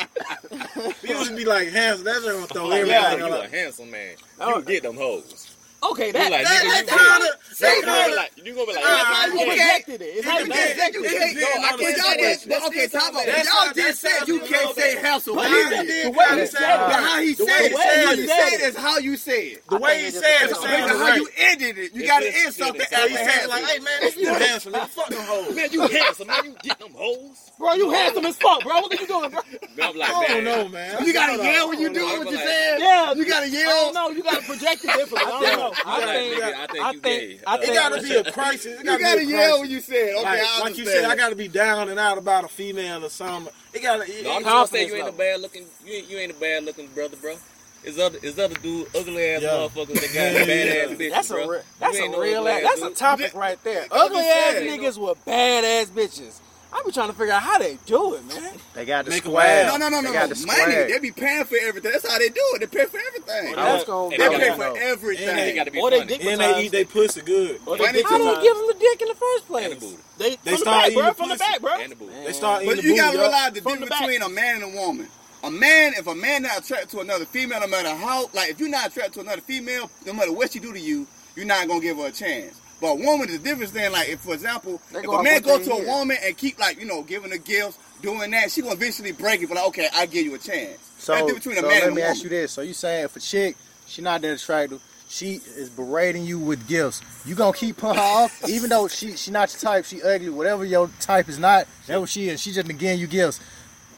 [SPEAKER 3] You would be like handsome. That's what I'm gonna throw everything.
[SPEAKER 7] Yeah,
[SPEAKER 3] Yeah,
[SPEAKER 7] you a
[SPEAKER 3] like,
[SPEAKER 7] handsome man.
[SPEAKER 5] Oh.
[SPEAKER 7] You get them hoes.
[SPEAKER 5] okay,
[SPEAKER 7] You
[SPEAKER 5] that,
[SPEAKER 7] like,
[SPEAKER 3] that-
[SPEAKER 7] nigga, you
[SPEAKER 3] that-
[SPEAKER 7] get.
[SPEAKER 3] that-
[SPEAKER 7] You gonna be like, you gonna be like,
[SPEAKER 3] Nah,
[SPEAKER 7] nigga,
[SPEAKER 5] you
[SPEAKER 7] you get.
[SPEAKER 5] rejected it. It's like that.
[SPEAKER 3] can't- you can't-
[SPEAKER 7] No, I
[SPEAKER 1] But
[SPEAKER 7] can't
[SPEAKER 1] y'all
[SPEAKER 7] say that.
[SPEAKER 1] just, but okay, top off.
[SPEAKER 3] That's
[SPEAKER 1] Y'all
[SPEAKER 3] not-
[SPEAKER 1] just
[SPEAKER 3] that's
[SPEAKER 1] said
[SPEAKER 3] not
[SPEAKER 1] you
[SPEAKER 3] the
[SPEAKER 1] can't
[SPEAKER 3] low
[SPEAKER 1] say handsome.
[SPEAKER 3] But
[SPEAKER 1] But
[SPEAKER 3] he
[SPEAKER 1] how
[SPEAKER 3] did.
[SPEAKER 1] he
[SPEAKER 3] The
[SPEAKER 1] said
[SPEAKER 3] way he
[SPEAKER 1] it,
[SPEAKER 3] said it.
[SPEAKER 1] but how he
[SPEAKER 3] The
[SPEAKER 1] said
[SPEAKER 3] way
[SPEAKER 1] it,
[SPEAKER 3] he
[SPEAKER 1] how
[SPEAKER 3] said
[SPEAKER 1] you
[SPEAKER 3] it.
[SPEAKER 1] said it is how you said it.
[SPEAKER 3] The way he said it,
[SPEAKER 1] Basically,
[SPEAKER 3] sounded
[SPEAKER 1] how
[SPEAKER 3] right.
[SPEAKER 1] you ended it, you
[SPEAKER 7] It's
[SPEAKER 1] gotta
[SPEAKER 7] just
[SPEAKER 1] end something
[SPEAKER 7] shit.
[SPEAKER 1] after
[SPEAKER 3] You said like,
[SPEAKER 1] handsome.
[SPEAKER 3] hey man, you handsome. nigga. Fuck them hoes.
[SPEAKER 7] Man, you handsome. Man, you get them hoes.
[SPEAKER 5] Bro, you handsome as fuck, bro. What are you doing, bro?
[SPEAKER 7] Man, I'm like,
[SPEAKER 3] I don't
[SPEAKER 7] man,
[SPEAKER 3] know, man.
[SPEAKER 1] You gotta yell when you do
[SPEAKER 7] know.
[SPEAKER 1] what
[SPEAKER 7] I'm
[SPEAKER 1] you
[SPEAKER 7] like-
[SPEAKER 1] said.
[SPEAKER 5] Yeah.
[SPEAKER 1] You gotta
[SPEAKER 5] I don't
[SPEAKER 1] yell.
[SPEAKER 5] know. You got to project it differently. I don't know.
[SPEAKER 7] I
[SPEAKER 5] I
[SPEAKER 7] think,
[SPEAKER 5] think,
[SPEAKER 7] I think
[SPEAKER 5] I
[SPEAKER 7] you
[SPEAKER 5] think,
[SPEAKER 7] gay.
[SPEAKER 5] I
[SPEAKER 3] It
[SPEAKER 5] think,
[SPEAKER 3] gotta be a crisis. It
[SPEAKER 1] You
[SPEAKER 3] gotta,
[SPEAKER 1] gotta
[SPEAKER 3] be a
[SPEAKER 1] yell
[SPEAKER 3] crisis.
[SPEAKER 1] when you said. Okay,
[SPEAKER 3] Like,
[SPEAKER 1] I
[SPEAKER 3] like you said, I
[SPEAKER 1] understand.
[SPEAKER 3] gotta be down and out about a female or something. It gotta. It,
[SPEAKER 7] No, I'm
[SPEAKER 3] it,
[SPEAKER 7] trying to say you
[SPEAKER 5] Confidence
[SPEAKER 7] ain't a
[SPEAKER 5] level.
[SPEAKER 7] bad looking. You ain't, you ain't a bad looking brother, bro. It's other, it's other dude, ugly ass
[SPEAKER 3] Yeah.
[SPEAKER 7] motherfuckers that
[SPEAKER 3] Yeah,
[SPEAKER 7] got bad
[SPEAKER 3] yeah.
[SPEAKER 7] ass bitches,
[SPEAKER 5] that's a
[SPEAKER 7] bro.
[SPEAKER 5] re- that's
[SPEAKER 7] You
[SPEAKER 5] a
[SPEAKER 7] ain't no
[SPEAKER 5] real
[SPEAKER 7] ugly
[SPEAKER 5] ass. That's a
[SPEAKER 7] dude.
[SPEAKER 5] topic right there.
[SPEAKER 1] what
[SPEAKER 5] Ugly
[SPEAKER 1] he
[SPEAKER 5] ass
[SPEAKER 1] said.
[SPEAKER 5] niggas with bad ass bitches. I be trying to figure out how they do it, man.
[SPEAKER 2] They got the
[SPEAKER 3] Make 'em
[SPEAKER 2] squad.
[SPEAKER 3] laugh.
[SPEAKER 1] No, no, no, no,
[SPEAKER 2] They
[SPEAKER 1] no.
[SPEAKER 2] got the
[SPEAKER 1] Money.
[SPEAKER 2] squad.
[SPEAKER 1] They be paying for everything. That's how they do it. They pay for everything.
[SPEAKER 5] That's gonna be.
[SPEAKER 7] Hey,
[SPEAKER 1] They
[SPEAKER 7] I
[SPEAKER 1] pay
[SPEAKER 7] don't
[SPEAKER 1] for
[SPEAKER 7] know.
[SPEAKER 1] everything.
[SPEAKER 3] And
[SPEAKER 7] They gotta be
[SPEAKER 4] Or they
[SPEAKER 7] funny.
[SPEAKER 4] dick
[SPEAKER 3] And they eat their pussy good.
[SPEAKER 1] Why
[SPEAKER 4] Or they
[SPEAKER 1] they
[SPEAKER 4] dick
[SPEAKER 5] How they give
[SPEAKER 4] sometimes.
[SPEAKER 5] them the dick in the first place?
[SPEAKER 7] And the booty.
[SPEAKER 4] They
[SPEAKER 3] They
[SPEAKER 4] from the
[SPEAKER 3] start
[SPEAKER 4] back,
[SPEAKER 3] eating
[SPEAKER 4] bro.
[SPEAKER 3] the
[SPEAKER 4] From the
[SPEAKER 3] pussy.
[SPEAKER 4] back, bro.
[SPEAKER 7] And the booty.
[SPEAKER 3] They start eating
[SPEAKER 1] Mm. But
[SPEAKER 3] the
[SPEAKER 1] you
[SPEAKER 3] booty
[SPEAKER 1] gotta
[SPEAKER 3] up.
[SPEAKER 1] realize the
[SPEAKER 4] From the
[SPEAKER 1] difference
[SPEAKER 4] back.
[SPEAKER 1] between a man and a woman. A man, if a man not attracted to another female, no matter how, like if you're not attracted to another female, no matter what she do to you, you're not gonna give her a chance. But a woman, the difference then, like if for example,
[SPEAKER 5] They
[SPEAKER 1] if
[SPEAKER 5] go out
[SPEAKER 1] a man
[SPEAKER 5] with
[SPEAKER 1] go
[SPEAKER 5] their
[SPEAKER 1] to a
[SPEAKER 5] head.
[SPEAKER 1] woman and keep like you know giving her gifts, doing that, she gonna eventually break it. But like, okay, I give you a chance.
[SPEAKER 2] So,
[SPEAKER 1] That's the difference between
[SPEAKER 2] so
[SPEAKER 1] a man
[SPEAKER 2] let
[SPEAKER 1] and
[SPEAKER 2] me
[SPEAKER 1] a
[SPEAKER 2] ask you
[SPEAKER 1] woman.
[SPEAKER 2] this. So you saying if a chick, she not that attractive, she is berating you with gifts. You gonna keep putting her
[SPEAKER 1] <laughs>
[SPEAKER 2] off, even though she she not your type, she ugly, whatever your type is not, that what she is. She just been giving you gifts.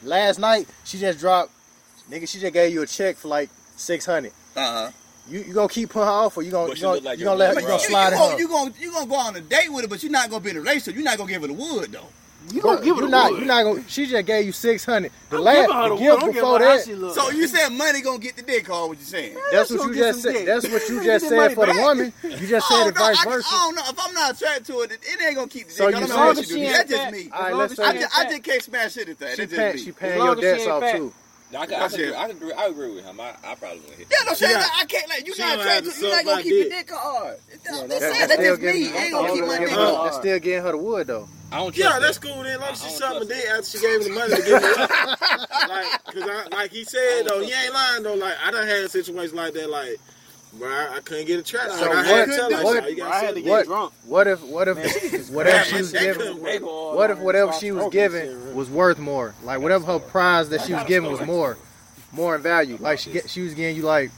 [SPEAKER 2] Last night she just dropped, nigga. She just gave you a check for like six hundred.
[SPEAKER 1] Uh-huh.
[SPEAKER 2] You you gonna keep putting her off, or you gonna
[SPEAKER 7] But
[SPEAKER 2] you
[SPEAKER 7] she
[SPEAKER 2] gonna,
[SPEAKER 7] look like
[SPEAKER 2] you
[SPEAKER 7] your
[SPEAKER 2] gonna let her,
[SPEAKER 1] But
[SPEAKER 2] you
[SPEAKER 1] you,
[SPEAKER 2] gonna
[SPEAKER 1] you,
[SPEAKER 2] slide it
[SPEAKER 5] Oh,
[SPEAKER 1] gonna,
[SPEAKER 2] up?
[SPEAKER 1] you gonna you gonna go on a date with her, but you're not gonna be in a relationship. You're not gonna give her the wood though.
[SPEAKER 5] You
[SPEAKER 2] Bro,
[SPEAKER 5] don't give it
[SPEAKER 2] you
[SPEAKER 5] a
[SPEAKER 2] not
[SPEAKER 5] wood.
[SPEAKER 2] you not gonna. She just gave you six hundred. The
[SPEAKER 5] I'm
[SPEAKER 2] last
[SPEAKER 5] giving her
[SPEAKER 2] the
[SPEAKER 5] the wood.
[SPEAKER 2] gift
[SPEAKER 5] I don't give a
[SPEAKER 2] before
[SPEAKER 5] fuck how
[SPEAKER 2] that.
[SPEAKER 5] she look.
[SPEAKER 1] So you said money gonna get the dick hard? What you saying?
[SPEAKER 2] That's
[SPEAKER 5] She
[SPEAKER 2] what
[SPEAKER 5] gonna
[SPEAKER 2] you
[SPEAKER 5] get
[SPEAKER 2] just
[SPEAKER 5] some
[SPEAKER 2] said.
[SPEAKER 5] dick.
[SPEAKER 2] That's what you just
[SPEAKER 5] She get
[SPEAKER 2] said
[SPEAKER 5] money
[SPEAKER 2] for the
[SPEAKER 5] back. Oh,
[SPEAKER 2] woman. You just said it
[SPEAKER 1] no,
[SPEAKER 2] vice
[SPEAKER 1] I,
[SPEAKER 2] versa.
[SPEAKER 1] I don't know. If I'm not attracted to it, it, it ain't gonna keep the dick.
[SPEAKER 2] So
[SPEAKER 1] I
[SPEAKER 2] you
[SPEAKER 1] don't know
[SPEAKER 2] saying
[SPEAKER 1] what
[SPEAKER 2] she
[SPEAKER 1] you do.
[SPEAKER 5] ain't
[SPEAKER 1] That's just
[SPEAKER 5] fat-
[SPEAKER 1] me.
[SPEAKER 2] All right,
[SPEAKER 5] as long
[SPEAKER 2] let's
[SPEAKER 5] as
[SPEAKER 2] say
[SPEAKER 1] I
[SPEAKER 5] she ain't
[SPEAKER 1] just, I
[SPEAKER 5] fat.
[SPEAKER 1] just can't smash shit at that.
[SPEAKER 2] She
[SPEAKER 1] That's
[SPEAKER 2] paying,
[SPEAKER 1] just
[SPEAKER 2] she
[SPEAKER 1] me.
[SPEAKER 2] paying
[SPEAKER 5] As
[SPEAKER 2] your
[SPEAKER 5] long as she
[SPEAKER 2] debts
[SPEAKER 5] ain't
[SPEAKER 2] off
[SPEAKER 5] fat.
[SPEAKER 2] too.
[SPEAKER 7] I, can, I,
[SPEAKER 1] That's
[SPEAKER 7] can agree,
[SPEAKER 1] it.
[SPEAKER 7] I, can agree, I agree with him. I, I probably wouldn't hit.
[SPEAKER 1] Yeah, no,
[SPEAKER 3] She
[SPEAKER 1] saying
[SPEAKER 3] got-
[SPEAKER 1] I can't let you
[SPEAKER 3] she
[SPEAKER 1] not
[SPEAKER 3] don't
[SPEAKER 1] attracted
[SPEAKER 3] have
[SPEAKER 1] to
[SPEAKER 3] to
[SPEAKER 1] it. You're not
[SPEAKER 3] suck my
[SPEAKER 1] gonna keep the
[SPEAKER 3] dick.
[SPEAKER 1] dick hard. That's,
[SPEAKER 2] That-
[SPEAKER 1] that's, that's
[SPEAKER 2] still
[SPEAKER 1] just me.
[SPEAKER 2] giving-
[SPEAKER 1] I ain't
[SPEAKER 2] that's
[SPEAKER 1] gonna keep
[SPEAKER 2] still
[SPEAKER 1] my dick
[SPEAKER 2] giving
[SPEAKER 5] up.
[SPEAKER 2] her-
[SPEAKER 1] hard.
[SPEAKER 2] That's still getting her the wood though.
[SPEAKER 7] I don't trust
[SPEAKER 3] Yeah, that's
[SPEAKER 7] that.
[SPEAKER 3] cool. Then, long as she
[SPEAKER 7] I don't
[SPEAKER 3] sucked my
[SPEAKER 7] trust
[SPEAKER 3] dick after she gave me the money to give me, like, cause I, like he said though, he ain't lying though. Like I done had situations like that, like, bro, I, I couldn't get a trap.
[SPEAKER 2] So
[SPEAKER 3] like, I had to
[SPEAKER 2] what-
[SPEAKER 3] tell her,
[SPEAKER 2] what-
[SPEAKER 3] like, you
[SPEAKER 5] Bro, I
[SPEAKER 3] gotta
[SPEAKER 5] had to
[SPEAKER 3] suck
[SPEAKER 5] get
[SPEAKER 2] What-
[SPEAKER 5] drunk.
[SPEAKER 2] What if what
[SPEAKER 5] Man, she
[SPEAKER 2] if
[SPEAKER 5] just-
[SPEAKER 2] <laughs> whatever
[SPEAKER 3] Yeah,
[SPEAKER 2] she was
[SPEAKER 3] that
[SPEAKER 2] giving
[SPEAKER 3] couldn't
[SPEAKER 5] They go all
[SPEAKER 2] what if
[SPEAKER 5] down
[SPEAKER 2] whatever
[SPEAKER 5] the
[SPEAKER 2] she
[SPEAKER 5] south
[SPEAKER 2] was
[SPEAKER 5] side.
[SPEAKER 2] giving was worth more? Like whatever her prize that she was giving was more more in value. Like she get, she was getting you like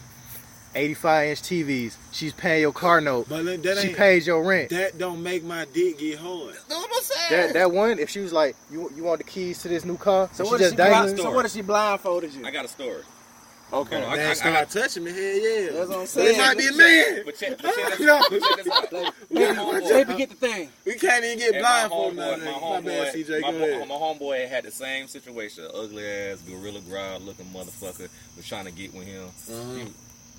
[SPEAKER 2] 85 inch TVs. She's paying your car note.
[SPEAKER 3] But look, that
[SPEAKER 2] She
[SPEAKER 3] ain't
[SPEAKER 2] pays your rent.
[SPEAKER 3] that don't make my dick get hard.
[SPEAKER 1] That's what I'm saying.
[SPEAKER 2] That that one, if she was like, you you want the keys to this new car?
[SPEAKER 5] So
[SPEAKER 2] and
[SPEAKER 5] what,
[SPEAKER 2] she
[SPEAKER 5] if
[SPEAKER 2] just
[SPEAKER 5] she blind,
[SPEAKER 2] dangling-
[SPEAKER 5] so what if she blindfolded you?
[SPEAKER 7] I got a story.
[SPEAKER 3] Okay,
[SPEAKER 7] Oh, I-
[SPEAKER 3] man,
[SPEAKER 7] I- I
[SPEAKER 3] start touching me, hell yeah.
[SPEAKER 5] That's what I'm
[SPEAKER 3] But It
[SPEAKER 5] saying.
[SPEAKER 3] might be a man. <laughs>
[SPEAKER 7] But check, but check, this, <laughs>
[SPEAKER 3] No.
[SPEAKER 7] but check this out.
[SPEAKER 5] Baby,
[SPEAKER 7] My homeboy-
[SPEAKER 5] baby, get the thing.
[SPEAKER 3] We can't even get
[SPEAKER 7] and my
[SPEAKER 3] blindfolded. now,
[SPEAKER 7] homeboy,
[SPEAKER 3] nigga.
[SPEAKER 7] my
[SPEAKER 3] My
[SPEAKER 7] homeboy,
[SPEAKER 3] bad, CJ.
[SPEAKER 7] my,
[SPEAKER 3] Go
[SPEAKER 7] bo-
[SPEAKER 3] ahead.
[SPEAKER 7] my homeboy had the same situation. Ugly ass, gorilla growl looking motherfucker was trying to get with him.
[SPEAKER 3] Mm-hmm.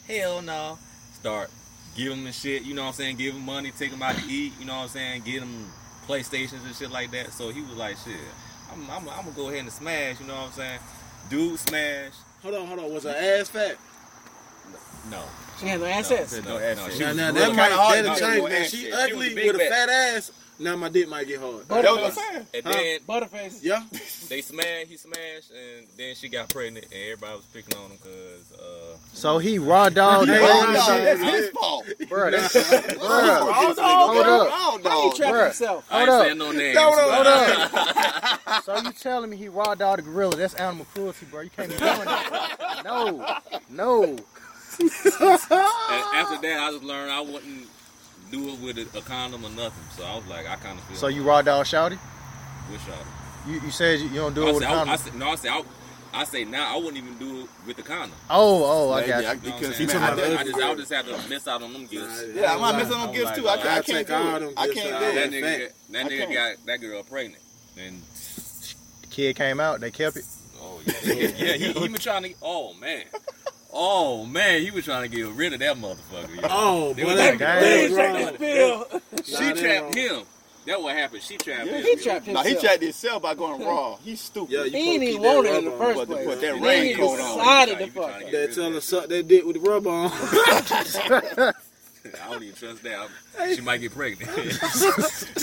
[SPEAKER 7] He- hell no. Start give him the shit. You know what I'm saying? Give him money, take him out to eat. You know what I'm saying? Get him PlayStations and shit like that. So he was like, shit, I'm, I'm, I'm gonna go ahead and smash. You know what I'm saying? Dude, smash.
[SPEAKER 3] Hold on, hold on. Was her ass fat?
[SPEAKER 7] No,
[SPEAKER 5] She had no
[SPEAKER 7] no,
[SPEAKER 5] assets.
[SPEAKER 7] no, no. She
[SPEAKER 3] Now,
[SPEAKER 7] was
[SPEAKER 3] now that
[SPEAKER 7] gorilla growl.
[SPEAKER 3] might
[SPEAKER 1] kinda hard to
[SPEAKER 3] that
[SPEAKER 1] tell
[SPEAKER 3] change.
[SPEAKER 1] you
[SPEAKER 3] Now
[SPEAKER 1] ass
[SPEAKER 3] she
[SPEAKER 7] shit. She was
[SPEAKER 3] ugly
[SPEAKER 7] a big
[SPEAKER 3] with a
[SPEAKER 7] back.
[SPEAKER 3] fat ass. Now my dick might get hard.
[SPEAKER 5] Butterface.
[SPEAKER 7] And
[SPEAKER 3] Huh?
[SPEAKER 7] then
[SPEAKER 5] Butterface.
[SPEAKER 3] Yeah.
[SPEAKER 7] they smashed, he smashed, and then she got pregnant, and everybody was picking on him because uh,
[SPEAKER 2] So he raw dog.
[SPEAKER 3] Hey,
[SPEAKER 1] Raw
[SPEAKER 3] nah,
[SPEAKER 1] dog, that's
[SPEAKER 3] nah.
[SPEAKER 1] his fault.
[SPEAKER 2] Bruh, that's- bruh,
[SPEAKER 5] Hold
[SPEAKER 2] Hold up.
[SPEAKER 5] on,
[SPEAKER 1] Raw
[SPEAKER 5] How you
[SPEAKER 1] dog.
[SPEAKER 5] trap
[SPEAKER 2] Bruh.
[SPEAKER 5] yourself?
[SPEAKER 7] I
[SPEAKER 2] Hold
[SPEAKER 7] ain't
[SPEAKER 2] up.
[SPEAKER 7] saying no names.
[SPEAKER 3] Hold up,
[SPEAKER 7] but-
[SPEAKER 3] hold up.
[SPEAKER 2] So you telling me he raw dogged a gorilla? That's animal cruelty, bro. You can't be doing that. No, no.
[SPEAKER 7] And after that, I just learned I wouldn't do it with a, a condom or nothing. So I was like, I kind of feel.
[SPEAKER 2] So you raw dog shouty?
[SPEAKER 7] wish I.
[SPEAKER 2] You, you said you, you don't do
[SPEAKER 7] I
[SPEAKER 2] it with
[SPEAKER 7] said,
[SPEAKER 2] a
[SPEAKER 7] I, I
[SPEAKER 2] condom.
[SPEAKER 7] said, no, I said I, I say now I wouldn't even do it with the condom.
[SPEAKER 2] Oh, oh, I
[SPEAKER 1] Maybe,
[SPEAKER 2] got you.
[SPEAKER 7] You know what I'm
[SPEAKER 1] because
[SPEAKER 7] saying?
[SPEAKER 1] man,
[SPEAKER 3] talking
[SPEAKER 1] I
[SPEAKER 7] I,
[SPEAKER 3] about
[SPEAKER 1] did-
[SPEAKER 3] other
[SPEAKER 7] just- I just, I would just have to miss out on them gifts.
[SPEAKER 1] Yeah, I'm not missing
[SPEAKER 7] I
[SPEAKER 1] on
[SPEAKER 7] don't
[SPEAKER 1] gifts
[SPEAKER 7] like
[SPEAKER 1] too. I,
[SPEAKER 7] that.
[SPEAKER 1] can't- I
[SPEAKER 3] I
[SPEAKER 1] can't
[SPEAKER 3] take
[SPEAKER 1] do
[SPEAKER 3] all
[SPEAKER 1] it.
[SPEAKER 3] them
[SPEAKER 1] I
[SPEAKER 3] gifts
[SPEAKER 1] can't
[SPEAKER 3] out.
[SPEAKER 1] do it.
[SPEAKER 7] that nigga,
[SPEAKER 1] Man,
[SPEAKER 7] got- that
[SPEAKER 1] I
[SPEAKER 7] nigga
[SPEAKER 1] can't.
[SPEAKER 7] got that girl pregnant, and
[SPEAKER 2] The kid came out. They kept it.
[SPEAKER 7] oh yeah, yeah, he, he was trying to. Oh man, oh man, he was trying to get rid of that motherfucker. yo.
[SPEAKER 3] Oh,
[SPEAKER 7] They
[SPEAKER 3] boy,
[SPEAKER 7] was
[SPEAKER 3] that,
[SPEAKER 7] like,
[SPEAKER 3] that,
[SPEAKER 2] "Damn."
[SPEAKER 3] wrong.
[SPEAKER 7] she
[SPEAKER 3] Nah, they wrong.
[SPEAKER 7] trapped him. That what happened. She trapped him.
[SPEAKER 5] He
[SPEAKER 7] yo.
[SPEAKER 5] trapped
[SPEAKER 1] Nah,
[SPEAKER 5] himself.
[SPEAKER 1] he checked himself by going raw. He's stupid.
[SPEAKER 3] Yeah, you
[SPEAKER 5] He
[SPEAKER 3] supposed to
[SPEAKER 5] ain't even
[SPEAKER 3] keep that
[SPEAKER 5] want it in
[SPEAKER 3] rubber
[SPEAKER 5] the
[SPEAKER 3] on.
[SPEAKER 5] first
[SPEAKER 1] But to
[SPEAKER 5] place.
[SPEAKER 1] put that
[SPEAKER 5] He
[SPEAKER 1] raincoat
[SPEAKER 5] even
[SPEAKER 1] on,
[SPEAKER 5] decided
[SPEAKER 7] he
[SPEAKER 5] the
[SPEAKER 7] trying- he
[SPEAKER 5] fuck.
[SPEAKER 7] trying
[SPEAKER 5] up.
[SPEAKER 7] to
[SPEAKER 3] They tell her suck that dick with the rubber on.
[SPEAKER 7] <laughs> I don't even trust that.
[SPEAKER 3] <laughs>
[SPEAKER 7] I'm- She might get pregnant.
[SPEAKER 1] You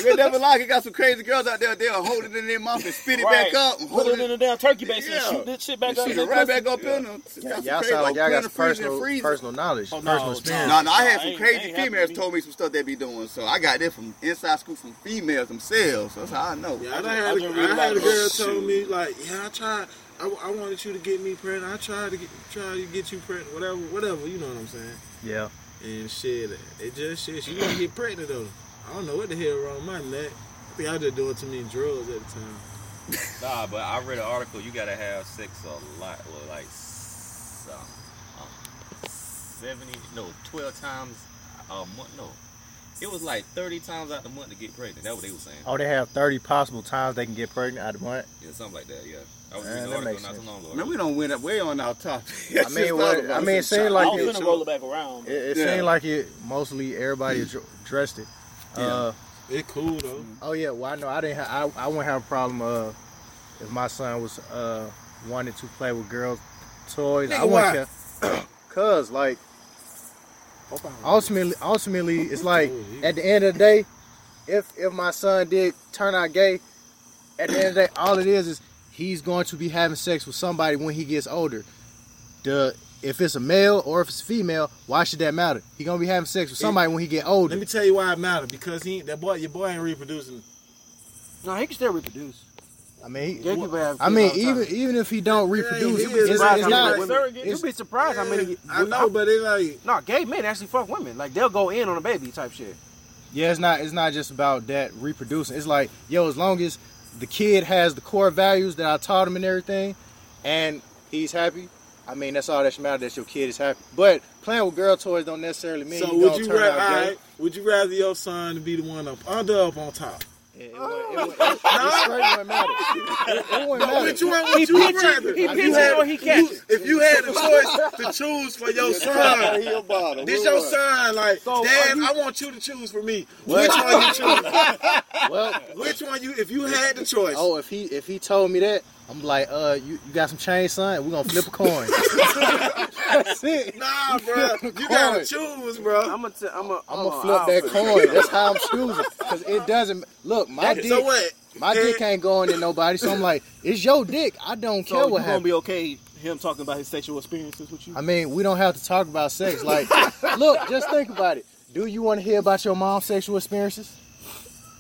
[SPEAKER 1] ain't <laughs> never lie. You got some crazy girls out there. They'll hold it in their mouth and spit it
[SPEAKER 4] Right.
[SPEAKER 1] back up. and
[SPEAKER 4] Put
[SPEAKER 1] Hold
[SPEAKER 4] it in the damn turkey basin
[SPEAKER 1] Yeah.
[SPEAKER 4] and shoot this shit back
[SPEAKER 1] and
[SPEAKER 4] up.
[SPEAKER 1] shoot
[SPEAKER 4] in
[SPEAKER 1] it
[SPEAKER 4] their
[SPEAKER 1] right
[SPEAKER 4] pussy.
[SPEAKER 1] back up in them. Got some
[SPEAKER 2] Y'all
[SPEAKER 1] crazy-
[SPEAKER 2] sound like y'all
[SPEAKER 1] put it in
[SPEAKER 2] got
[SPEAKER 1] the freezer
[SPEAKER 2] some
[SPEAKER 1] and
[SPEAKER 2] personal,
[SPEAKER 1] freeze it.
[SPEAKER 2] personal knowledge,
[SPEAKER 4] Oh, no,
[SPEAKER 2] personal
[SPEAKER 4] no.
[SPEAKER 2] experience.
[SPEAKER 1] No, no, I had
[SPEAKER 4] Nah,
[SPEAKER 1] some
[SPEAKER 4] ain't-
[SPEAKER 1] crazy
[SPEAKER 4] ain't happening
[SPEAKER 1] females
[SPEAKER 4] to me.
[SPEAKER 1] told me some stuff they be doing, so I got that from inside scoop from females themselves. That's how I know.
[SPEAKER 3] Yeah, I done
[SPEAKER 1] I
[SPEAKER 3] had, a-
[SPEAKER 4] just
[SPEAKER 3] I had
[SPEAKER 4] read
[SPEAKER 3] a
[SPEAKER 4] about
[SPEAKER 3] girl
[SPEAKER 4] those
[SPEAKER 3] tell
[SPEAKER 4] shoes.
[SPEAKER 3] me like, yeah, I tried. I, I wanted you to get me pregnant. I tried to get tried to get you pregnant. Whatever, whatever. You know what I'm saying?
[SPEAKER 2] Yeah.
[SPEAKER 3] And shit, it just shit. She didn't get pregnant though. I don't know what the hell wrong with my neck. I think I was just doing too many drugs at the time.
[SPEAKER 7] nah, but I read an article. You gotta have sex a lot, or like s- um, um, seventy, no, twelve times a month. No, it was like thirty times out the month to get pregnant. That's what they were saying.
[SPEAKER 2] Oh, they have 30 possible times they can get pregnant out of month.
[SPEAKER 7] Yeah, something like that. Yeah, I was
[SPEAKER 2] Man,
[SPEAKER 7] reading
[SPEAKER 2] that
[SPEAKER 7] an article
[SPEAKER 2] makes
[SPEAKER 7] not too
[SPEAKER 2] sense.
[SPEAKER 7] long ago.
[SPEAKER 1] Man, we don't win up way on our topic.
[SPEAKER 2] I mean, what- I mean, it seemed like
[SPEAKER 4] I
[SPEAKER 2] it,
[SPEAKER 4] was finna roll it back around.
[SPEAKER 2] it, it
[SPEAKER 1] Yeah.
[SPEAKER 2] seemed like it mostly everybody ad- addressed it. Uh,
[SPEAKER 3] It cool though.
[SPEAKER 2] oh yeah, well I know I didn't. Ha- I I wouldn't have a problem uh, if my son was uh wanted to play with girls' toys. I
[SPEAKER 3] Nigga,
[SPEAKER 2] wouldn't
[SPEAKER 3] why?
[SPEAKER 2] care.
[SPEAKER 3] <clears throat>
[SPEAKER 2] Cause like ultimately, ultimately, it's like at the end of the day, if if my son did turn out gay, at the end of the day, all it is is he's going to be having sex with somebody when he gets older. The if it's a male or if it's a female, why should that matter? He gonna be having sex with somebody when he get
[SPEAKER 3] Let me
[SPEAKER 2] older.
[SPEAKER 3] tell you why it matter because he ain't, that boy, your boy ain't reproducing.
[SPEAKER 5] No, he can still reproduce.
[SPEAKER 2] I mean,
[SPEAKER 5] Gay
[SPEAKER 2] he,
[SPEAKER 5] people have.
[SPEAKER 2] I mean,
[SPEAKER 5] kids all the
[SPEAKER 2] even
[SPEAKER 5] time.
[SPEAKER 2] even if he don't reproduce,
[SPEAKER 3] he
[SPEAKER 2] it's,
[SPEAKER 3] is
[SPEAKER 2] it's
[SPEAKER 3] right.
[SPEAKER 2] not.
[SPEAKER 3] Right.
[SPEAKER 4] surrogate.
[SPEAKER 5] you'd
[SPEAKER 2] it's-
[SPEAKER 5] be surprised how many.
[SPEAKER 3] I know, but it like
[SPEAKER 5] No, gay men actually fuck women. Like they'll go in on a baby type shit.
[SPEAKER 2] Yeah, it's not. It's not just about that reproducing. It's like, yo, as long as the kid has the core values that I taught him and everything, and he's happy. I mean, that's all that should matter. That your kid is happy. But playing with girl toys don't necessarily mean
[SPEAKER 3] so.
[SPEAKER 2] you
[SPEAKER 3] Would
[SPEAKER 2] don't
[SPEAKER 3] you
[SPEAKER 2] turn
[SPEAKER 3] rather?
[SPEAKER 2] out gay.
[SPEAKER 3] alright, Would you rather your son be the one up under up on top?
[SPEAKER 2] It, it, wouldn't- it, wouldn't- it, straight wouldn't matter. It, it wouldn't matter.
[SPEAKER 3] Which one would you rather?
[SPEAKER 5] He
[SPEAKER 3] If you
[SPEAKER 5] pitches
[SPEAKER 3] had-
[SPEAKER 5] or he catches.
[SPEAKER 3] you- If you had a choice to choose for your
[SPEAKER 2] <laughs>
[SPEAKER 3] son, this your son, like
[SPEAKER 5] So,
[SPEAKER 3] Dad,
[SPEAKER 5] are you-
[SPEAKER 3] I want you to choose for me. Which one you choose?
[SPEAKER 2] Well,
[SPEAKER 3] Which one you? If you had the choice,
[SPEAKER 2] oh, if he if he told me that, I'm like, uh, you, you got some change, son? We're gonna flip a coin. <laughs> that's it.
[SPEAKER 3] nah, bro, you gotta choose, bro.
[SPEAKER 5] I'm gonna. T- I'm gonna.
[SPEAKER 2] I'm
[SPEAKER 4] Oh,
[SPEAKER 2] gonna flip that coin. That's how I'm choosing. Cause it doesn't look my dick.
[SPEAKER 3] So what?
[SPEAKER 2] My dick ain't going to nobody, so I'm like, it's your dick. I don't
[SPEAKER 4] So
[SPEAKER 2] care
[SPEAKER 4] you
[SPEAKER 2] what
[SPEAKER 4] gonna
[SPEAKER 2] happens.
[SPEAKER 4] be okay him talking about his sexual experiences with you?
[SPEAKER 2] I mean, we don't have to talk about sex.
[SPEAKER 4] <laughs>
[SPEAKER 2] Like, look, just think about it. Do you want to hear about your mom's sexual experiences?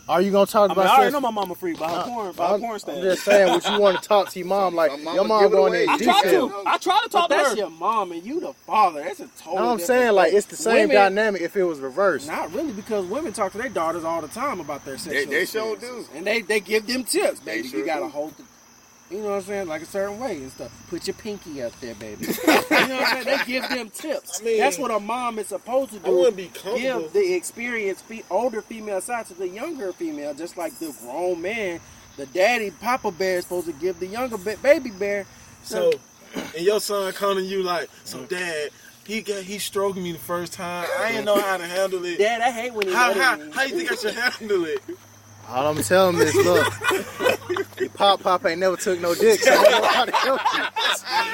[SPEAKER 2] Are you gonna talk
[SPEAKER 4] I mean,
[SPEAKER 2] about
[SPEAKER 4] I already
[SPEAKER 2] sex?
[SPEAKER 4] know my mama freak by her porn, by her
[SPEAKER 2] I'm,
[SPEAKER 4] porn
[SPEAKER 2] I'm
[SPEAKER 4] stand.
[SPEAKER 2] just saying, what you want to talk to your mom? Like,
[SPEAKER 1] Some mama
[SPEAKER 2] your mom
[SPEAKER 1] give it
[SPEAKER 2] going
[SPEAKER 1] away.
[SPEAKER 2] in
[SPEAKER 4] I tried
[SPEAKER 2] detail.
[SPEAKER 4] to. I tried to talk
[SPEAKER 5] But
[SPEAKER 4] to
[SPEAKER 5] that's
[SPEAKER 4] her.
[SPEAKER 5] your mom and you the father. That's a total.
[SPEAKER 2] You know what I'm
[SPEAKER 5] different
[SPEAKER 2] saying? Like,
[SPEAKER 5] thing.
[SPEAKER 2] it's the same
[SPEAKER 5] Women-
[SPEAKER 2] dynamic if it was reversed.
[SPEAKER 5] Not really, because women talk to their daughters all the time about their sexual.
[SPEAKER 1] they sure
[SPEAKER 5] experiences. and they they give them tips, baby.
[SPEAKER 1] sure
[SPEAKER 5] you gotta
[SPEAKER 1] do.
[SPEAKER 5] hold the. You know what I'm saying? Like a certain way and stuff. Put your pinky up there,
[SPEAKER 3] <laughs>
[SPEAKER 5] baby. you know what I'm saying? They give them tips.
[SPEAKER 3] I mean,
[SPEAKER 5] That's what a mom is supposed to do.
[SPEAKER 3] I wouldn't be comfortable.
[SPEAKER 5] give the experienced fe- older female side to the younger female, just like the grown man, the daddy papa bear is supposed to give the younger ba- baby bear.
[SPEAKER 3] So, and your son calling you like, so Dad, he got he stroked me the first time. I didn't know how to handle it.
[SPEAKER 5] Dad, I hate when he
[SPEAKER 3] How
[SPEAKER 5] older
[SPEAKER 3] how
[SPEAKER 5] than me.
[SPEAKER 3] how you think I should handle it? <laughs>
[SPEAKER 2] All I'm telling them is, look,
[SPEAKER 4] <laughs>
[SPEAKER 2] your pop pop ain't never took no dick. So I don't know how to help you.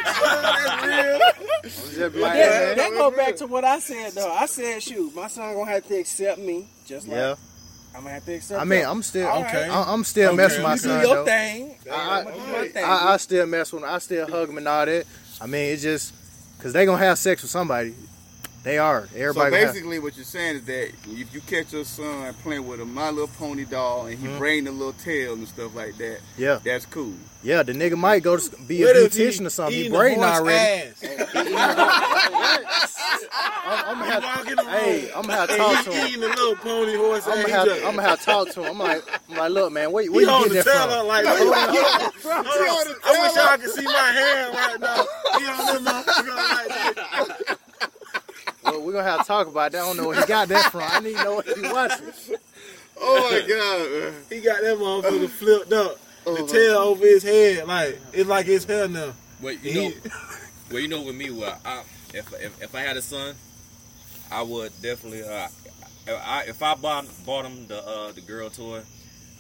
[SPEAKER 3] That's real.
[SPEAKER 2] I'm just be like,
[SPEAKER 5] Yeah,
[SPEAKER 2] man,
[SPEAKER 5] that, go back to what I said though. I said, shoot, my son gonna have to accept me, just like
[SPEAKER 2] yeah.
[SPEAKER 5] I'm gonna have to accept.
[SPEAKER 2] I mean,
[SPEAKER 5] him.
[SPEAKER 2] I'm still,
[SPEAKER 5] All
[SPEAKER 3] right.
[SPEAKER 2] I'm, I'm still
[SPEAKER 3] Okay.
[SPEAKER 2] messing with my
[SPEAKER 5] you do
[SPEAKER 2] son
[SPEAKER 5] your
[SPEAKER 2] though.
[SPEAKER 5] thing.
[SPEAKER 2] I-
[SPEAKER 5] I'm gonna do my thing.
[SPEAKER 2] I, I still mess with them. I still hug them and all that. I mean, it's just because they gonna have sex with somebody. They are. Everybody. gonna
[SPEAKER 1] so
[SPEAKER 2] have-
[SPEAKER 1] basically, what you're saying is that if you catch your son playing with a My Little Pony doll and he
[SPEAKER 3] Mm-hmm.
[SPEAKER 1] bring the little tail and stuff like that,
[SPEAKER 2] yeah,
[SPEAKER 1] that's cool.
[SPEAKER 2] yeah. The nigga might go to s- be a
[SPEAKER 3] What if
[SPEAKER 2] beautician
[SPEAKER 3] he
[SPEAKER 2] or something. He
[SPEAKER 3] eating a
[SPEAKER 2] brain
[SPEAKER 3] horse
[SPEAKER 2] already.
[SPEAKER 3] ass?
[SPEAKER 2] I'm, I'm gonna have,
[SPEAKER 3] Walking the
[SPEAKER 2] hey,
[SPEAKER 3] road.
[SPEAKER 2] I'm gonna have to talk
[SPEAKER 3] And
[SPEAKER 2] to
[SPEAKER 3] he
[SPEAKER 2] him.
[SPEAKER 3] eating a little pony horse.
[SPEAKER 2] I'm
[SPEAKER 3] and
[SPEAKER 2] gonna
[SPEAKER 3] he
[SPEAKER 2] have,
[SPEAKER 3] just-
[SPEAKER 2] I'm gonna have to talk to him. I'm like, I'm like, look, man, where,
[SPEAKER 3] He
[SPEAKER 2] where you
[SPEAKER 3] holding the
[SPEAKER 2] get
[SPEAKER 3] tail
[SPEAKER 2] that
[SPEAKER 3] up
[SPEAKER 2] from?
[SPEAKER 3] like, Hold on. Hold on. I wish y'all could see my hand right <laughs> now. He on that motherfucker like that.
[SPEAKER 2] Well, we're gonna have to talk about that. I don't know where he got that from. I need to know what he watching.
[SPEAKER 1] Oh my god. man.
[SPEAKER 3] He got that <laughs> motherfucker flipped up. The tail over his head, like it's like his hair now.
[SPEAKER 7] Wait, you know,
[SPEAKER 3] He-
[SPEAKER 2] <laughs>
[SPEAKER 7] well, you know, with me, well, I, if, if if I had a son, I would definitely, uh, if I if I bought bought him the uh, the girl toy,